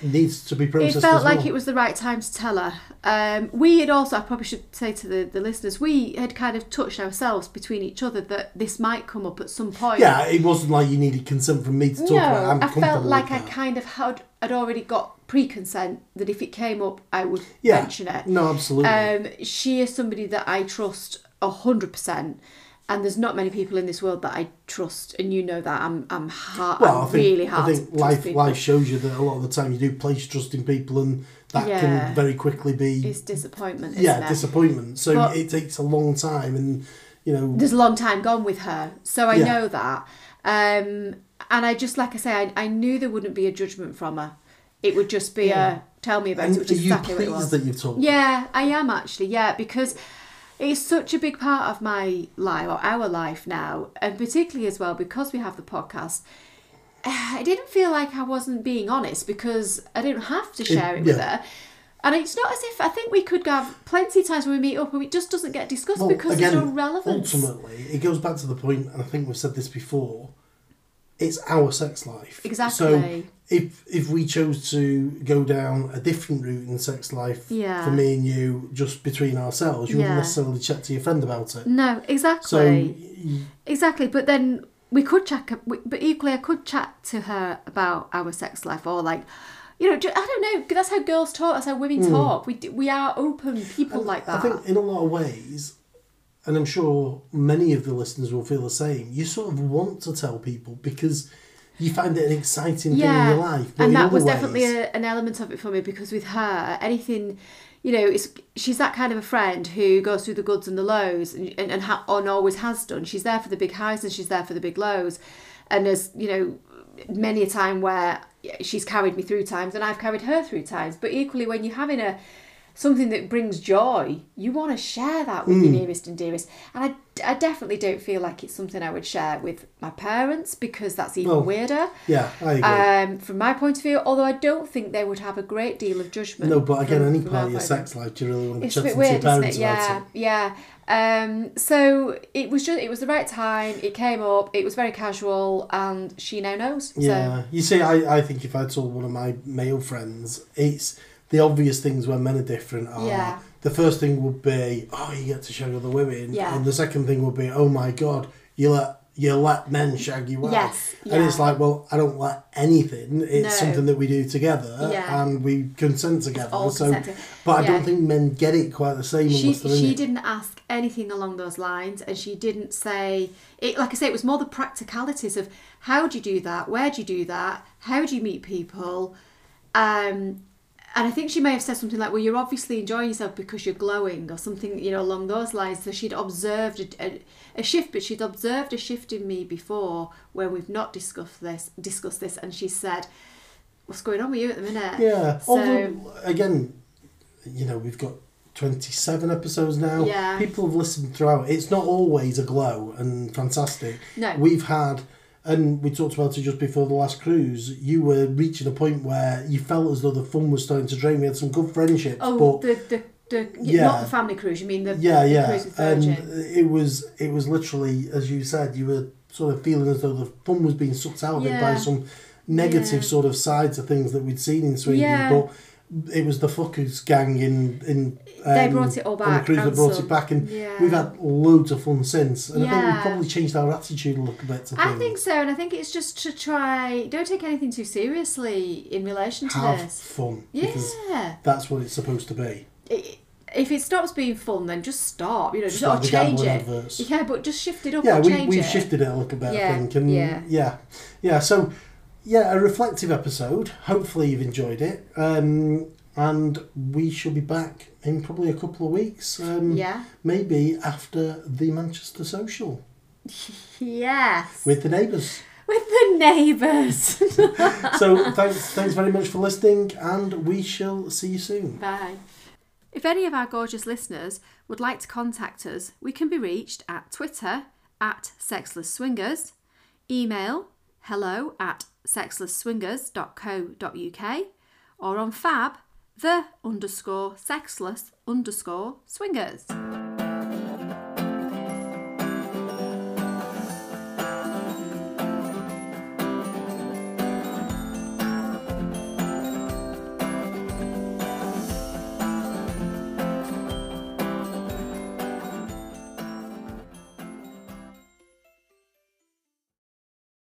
Speaker 2: needs to be processed.
Speaker 1: It felt
Speaker 2: as
Speaker 1: like
Speaker 2: well.
Speaker 1: it was the right time to tell her. Um, we had also, I probably should say to the, the listeners, we had kind of touched ourselves between each other that this might come up at some point.
Speaker 2: Yeah, it wasn't like you needed consent from me to talk
Speaker 1: No,
Speaker 2: about. It. I'm
Speaker 1: I
Speaker 2: comfortable
Speaker 1: felt like
Speaker 2: with
Speaker 1: I
Speaker 2: that.
Speaker 1: kind of had I'd already got pre consent that if it came up, I would
Speaker 2: Yeah.
Speaker 1: mention it.
Speaker 2: No, absolutely.
Speaker 1: Um, she is somebody that I trust a hundred percent, and there's not many people in this world that I trust, and you know that I'm I'm hard,
Speaker 2: well,
Speaker 1: I'm
Speaker 2: I think,
Speaker 1: really hard.
Speaker 2: I
Speaker 1: to
Speaker 2: think
Speaker 1: trust
Speaker 2: life
Speaker 1: people.
Speaker 2: life shows you that a lot of the time you do place trust in people, and that
Speaker 1: Yeah.
Speaker 2: can very quickly be
Speaker 1: is disappointment. Isn't
Speaker 2: yeah
Speaker 1: it?
Speaker 2: disappointment. So
Speaker 1: But-
Speaker 2: it takes a long time, and you know
Speaker 1: there's a long time gone with her, so I
Speaker 2: Yeah.
Speaker 1: know that. Um, and I just like I say, I, I knew there wouldn't be a judgment from her. It would just be
Speaker 2: Yeah.
Speaker 1: a tell me about
Speaker 2: and
Speaker 1: it, which
Speaker 2: are
Speaker 1: is
Speaker 2: you
Speaker 1: exactly what it was.
Speaker 2: pleased that you've talked?
Speaker 1: Yeah, I am actually. Yeah, because it's such a big part of my life or our life now, and particularly as well because we have the podcast. I didn't feel like I wasn't being honest because I didn't have to share it, with
Speaker 2: yeah.
Speaker 1: her. And it's not as if I think we could have plenty of times when we meet up and it just doesn't get discussed
Speaker 2: Well,
Speaker 1: because
Speaker 2: again,
Speaker 1: there's no relevance.
Speaker 2: ultimately, it goes back to the point, and I think we've said this before. It's our sex life. So
Speaker 1: Exactly.
Speaker 2: if if we chose to go down a different route in sex life
Speaker 1: Yeah.
Speaker 2: for me and you, just between ourselves, you
Speaker 1: Yeah.
Speaker 2: wouldn't necessarily chat to your friend about it.
Speaker 1: No,
Speaker 2: So
Speaker 1: exactly.
Speaker 2: y-
Speaker 1: Exactly, but then we could chat, but equally I could chat to her about our sex life or like, you know, ju- I don't know. That's how girls talk. That's how women talk. We d- we are open people like that.
Speaker 2: Hmm. I think in a lot of ways, and I'm sure many of the listeners will feel the same, you sort of want to tell people because you find it an exciting thing in your life. But in
Speaker 1: and that
Speaker 2: other
Speaker 1: was
Speaker 2: ways,
Speaker 1: definitely a, an element of it for me because with her, anything, you know, it's she's that kind of a friend who goes through the goods and the lows, and and, and, ha- and always has done. She's there for the big highs and she's there for the big lows, and there's you know many a time where she's carried me through times and I've carried her through times. But equally, when you're having a something that brings joy, you want to share that with your
Speaker 2: Mm.
Speaker 1: nearest and dearest. And I, I definitely don't feel like it's something I would share with my parents because that's even
Speaker 2: Well,
Speaker 1: weirder
Speaker 2: yeah, I agree.
Speaker 1: um, from my point of view, although I don't think they would have a great deal of judgment.
Speaker 2: no, but again,
Speaker 1: from-
Speaker 2: any
Speaker 1: um, from
Speaker 2: part
Speaker 1: our
Speaker 2: of your
Speaker 1: point of view.
Speaker 2: sex life, do you really want to
Speaker 1: It's a
Speaker 2: chat
Speaker 1: bit
Speaker 2: to your
Speaker 1: weird, isn't it?
Speaker 2: parents
Speaker 1: Yeah,
Speaker 2: about it?
Speaker 1: yeah. Um, so it was just it was the right time. It came up. It was very casual, and she now knows. So
Speaker 2: Yeah, you see, I, I think if I told one of my male friends, it's the obvious things when men are different are
Speaker 1: Yeah.
Speaker 2: the first thing would be, oh, you get to shag other women,
Speaker 1: Yeah.
Speaker 2: and the second thing would be, oh my god, you let you let men shag you out,
Speaker 1: Yes,
Speaker 2: and it's
Speaker 1: yeah.
Speaker 2: like, well, I don't let anything. It's
Speaker 1: No.
Speaker 2: something that we do together,
Speaker 1: Yeah.
Speaker 2: and we consent together.
Speaker 1: all
Speaker 2: so,
Speaker 1: consented.
Speaker 2: but I
Speaker 1: Yeah.
Speaker 2: don't think men get it quite the same
Speaker 1: she
Speaker 2: unless they're in
Speaker 1: she
Speaker 2: it.
Speaker 1: didn't ask anything along those lines, and she didn't say it. Like I say, it was more the practicalities of how do you do that, where do you do that, how do you meet people, um, and I think she may have said something like, "Well, you're obviously enjoying yourself because you're glowing," or something, you know, along those lines. So she'd observed a, a, a shift, but she'd observed a shift in me before when we've not discussed this, discussed this, and she said, "What's going on with you at the minute?"
Speaker 2: Yeah.
Speaker 1: So
Speaker 2: Although, again, you know, we've got 27 episodes now.
Speaker 1: Yeah.
Speaker 2: People have listened throughout. It's not always a glow and fantastic.
Speaker 1: No.
Speaker 2: We've had, and we talked about it just before the last cruise, you were reaching a point where you felt as though the fun was starting to drain. We had some good friendships.
Speaker 1: oh,
Speaker 2: but
Speaker 1: the the, the
Speaker 2: Yeah.
Speaker 1: not the family cruise. You mean the
Speaker 2: yeah,
Speaker 1: the
Speaker 2: yeah.
Speaker 1: cruise with
Speaker 2: And
Speaker 1: Virgin.
Speaker 2: it was, it was literally, as you said, you were sort of feeling as though the fun was being sucked out of it by
Speaker 1: Yeah.
Speaker 2: some negative
Speaker 1: Yeah.
Speaker 2: sort of sides of things that we'd seen in Sweden.
Speaker 1: Yeah.
Speaker 2: But it was the fuckers gang in in. um,
Speaker 1: They brought it all
Speaker 2: on
Speaker 1: back
Speaker 2: The cruise that
Speaker 1: and
Speaker 2: brought
Speaker 1: some.
Speaker 2: it back, and
Speaker 1: Yeah.
Speaker 2: we've had loads of fun since. And I think we've
Speaker 1: Yeah.
Speaker 2: probably changed our attitude a little bit. To
Speaker 1: I
Speaker 2: things.
Speaker 1: think so, and I think it's just to try. Don't take anything too seriously in relation to
Speaker 2: have
Speaker 1: this.
Speaker 2: fun because
Speaker 1: Yeah,
Speaker 2: that's what it's supposed to be.
Speaker 1: It- if it stops being fun, then just stop. You know, just,
Speaker 2: Just like
Speaker 1: or
Speaker 2: the
Speaker 1: change
Speaker 2: gambling
Speaker 1: it.
Speaker 2: adverts.
Speaker 1: Yeah, but just shift it up
Speaker 2: yeah,
Speaker 1: or
Speaker 2: we,
Speaker 1: change
Speaker 2: we've
Speaker 1: it.
Speaker 2: shifted it a little bit, I
Speaker 1: Yeah,
Speaker 2: think. And
Speaker 1: yeah.
Speaker 2: yeah. yeah, So, yeah, a reflective episode. Hopefully, you've enjoyed it. Um, and we shall be back in probably a couple of weeks. Um,
Speaker 1: Yeah.
Speaker 2: Maybe after the Manchester Social
Speaker 1: Yes.
Speaker 2: with the neighbours.
Speaker 1: With the neighbours.
Speaker 2: so, thanks, thanks very much for listening, and we shall see you soon.
Speaker 1: Bye. If any of our gorgeous listeners would like to contact us, we can be reached at Twitter at Sexless Swingers, email hello at sexlessswingers.co.uk, or on fab the underscore sexless underscore swingers.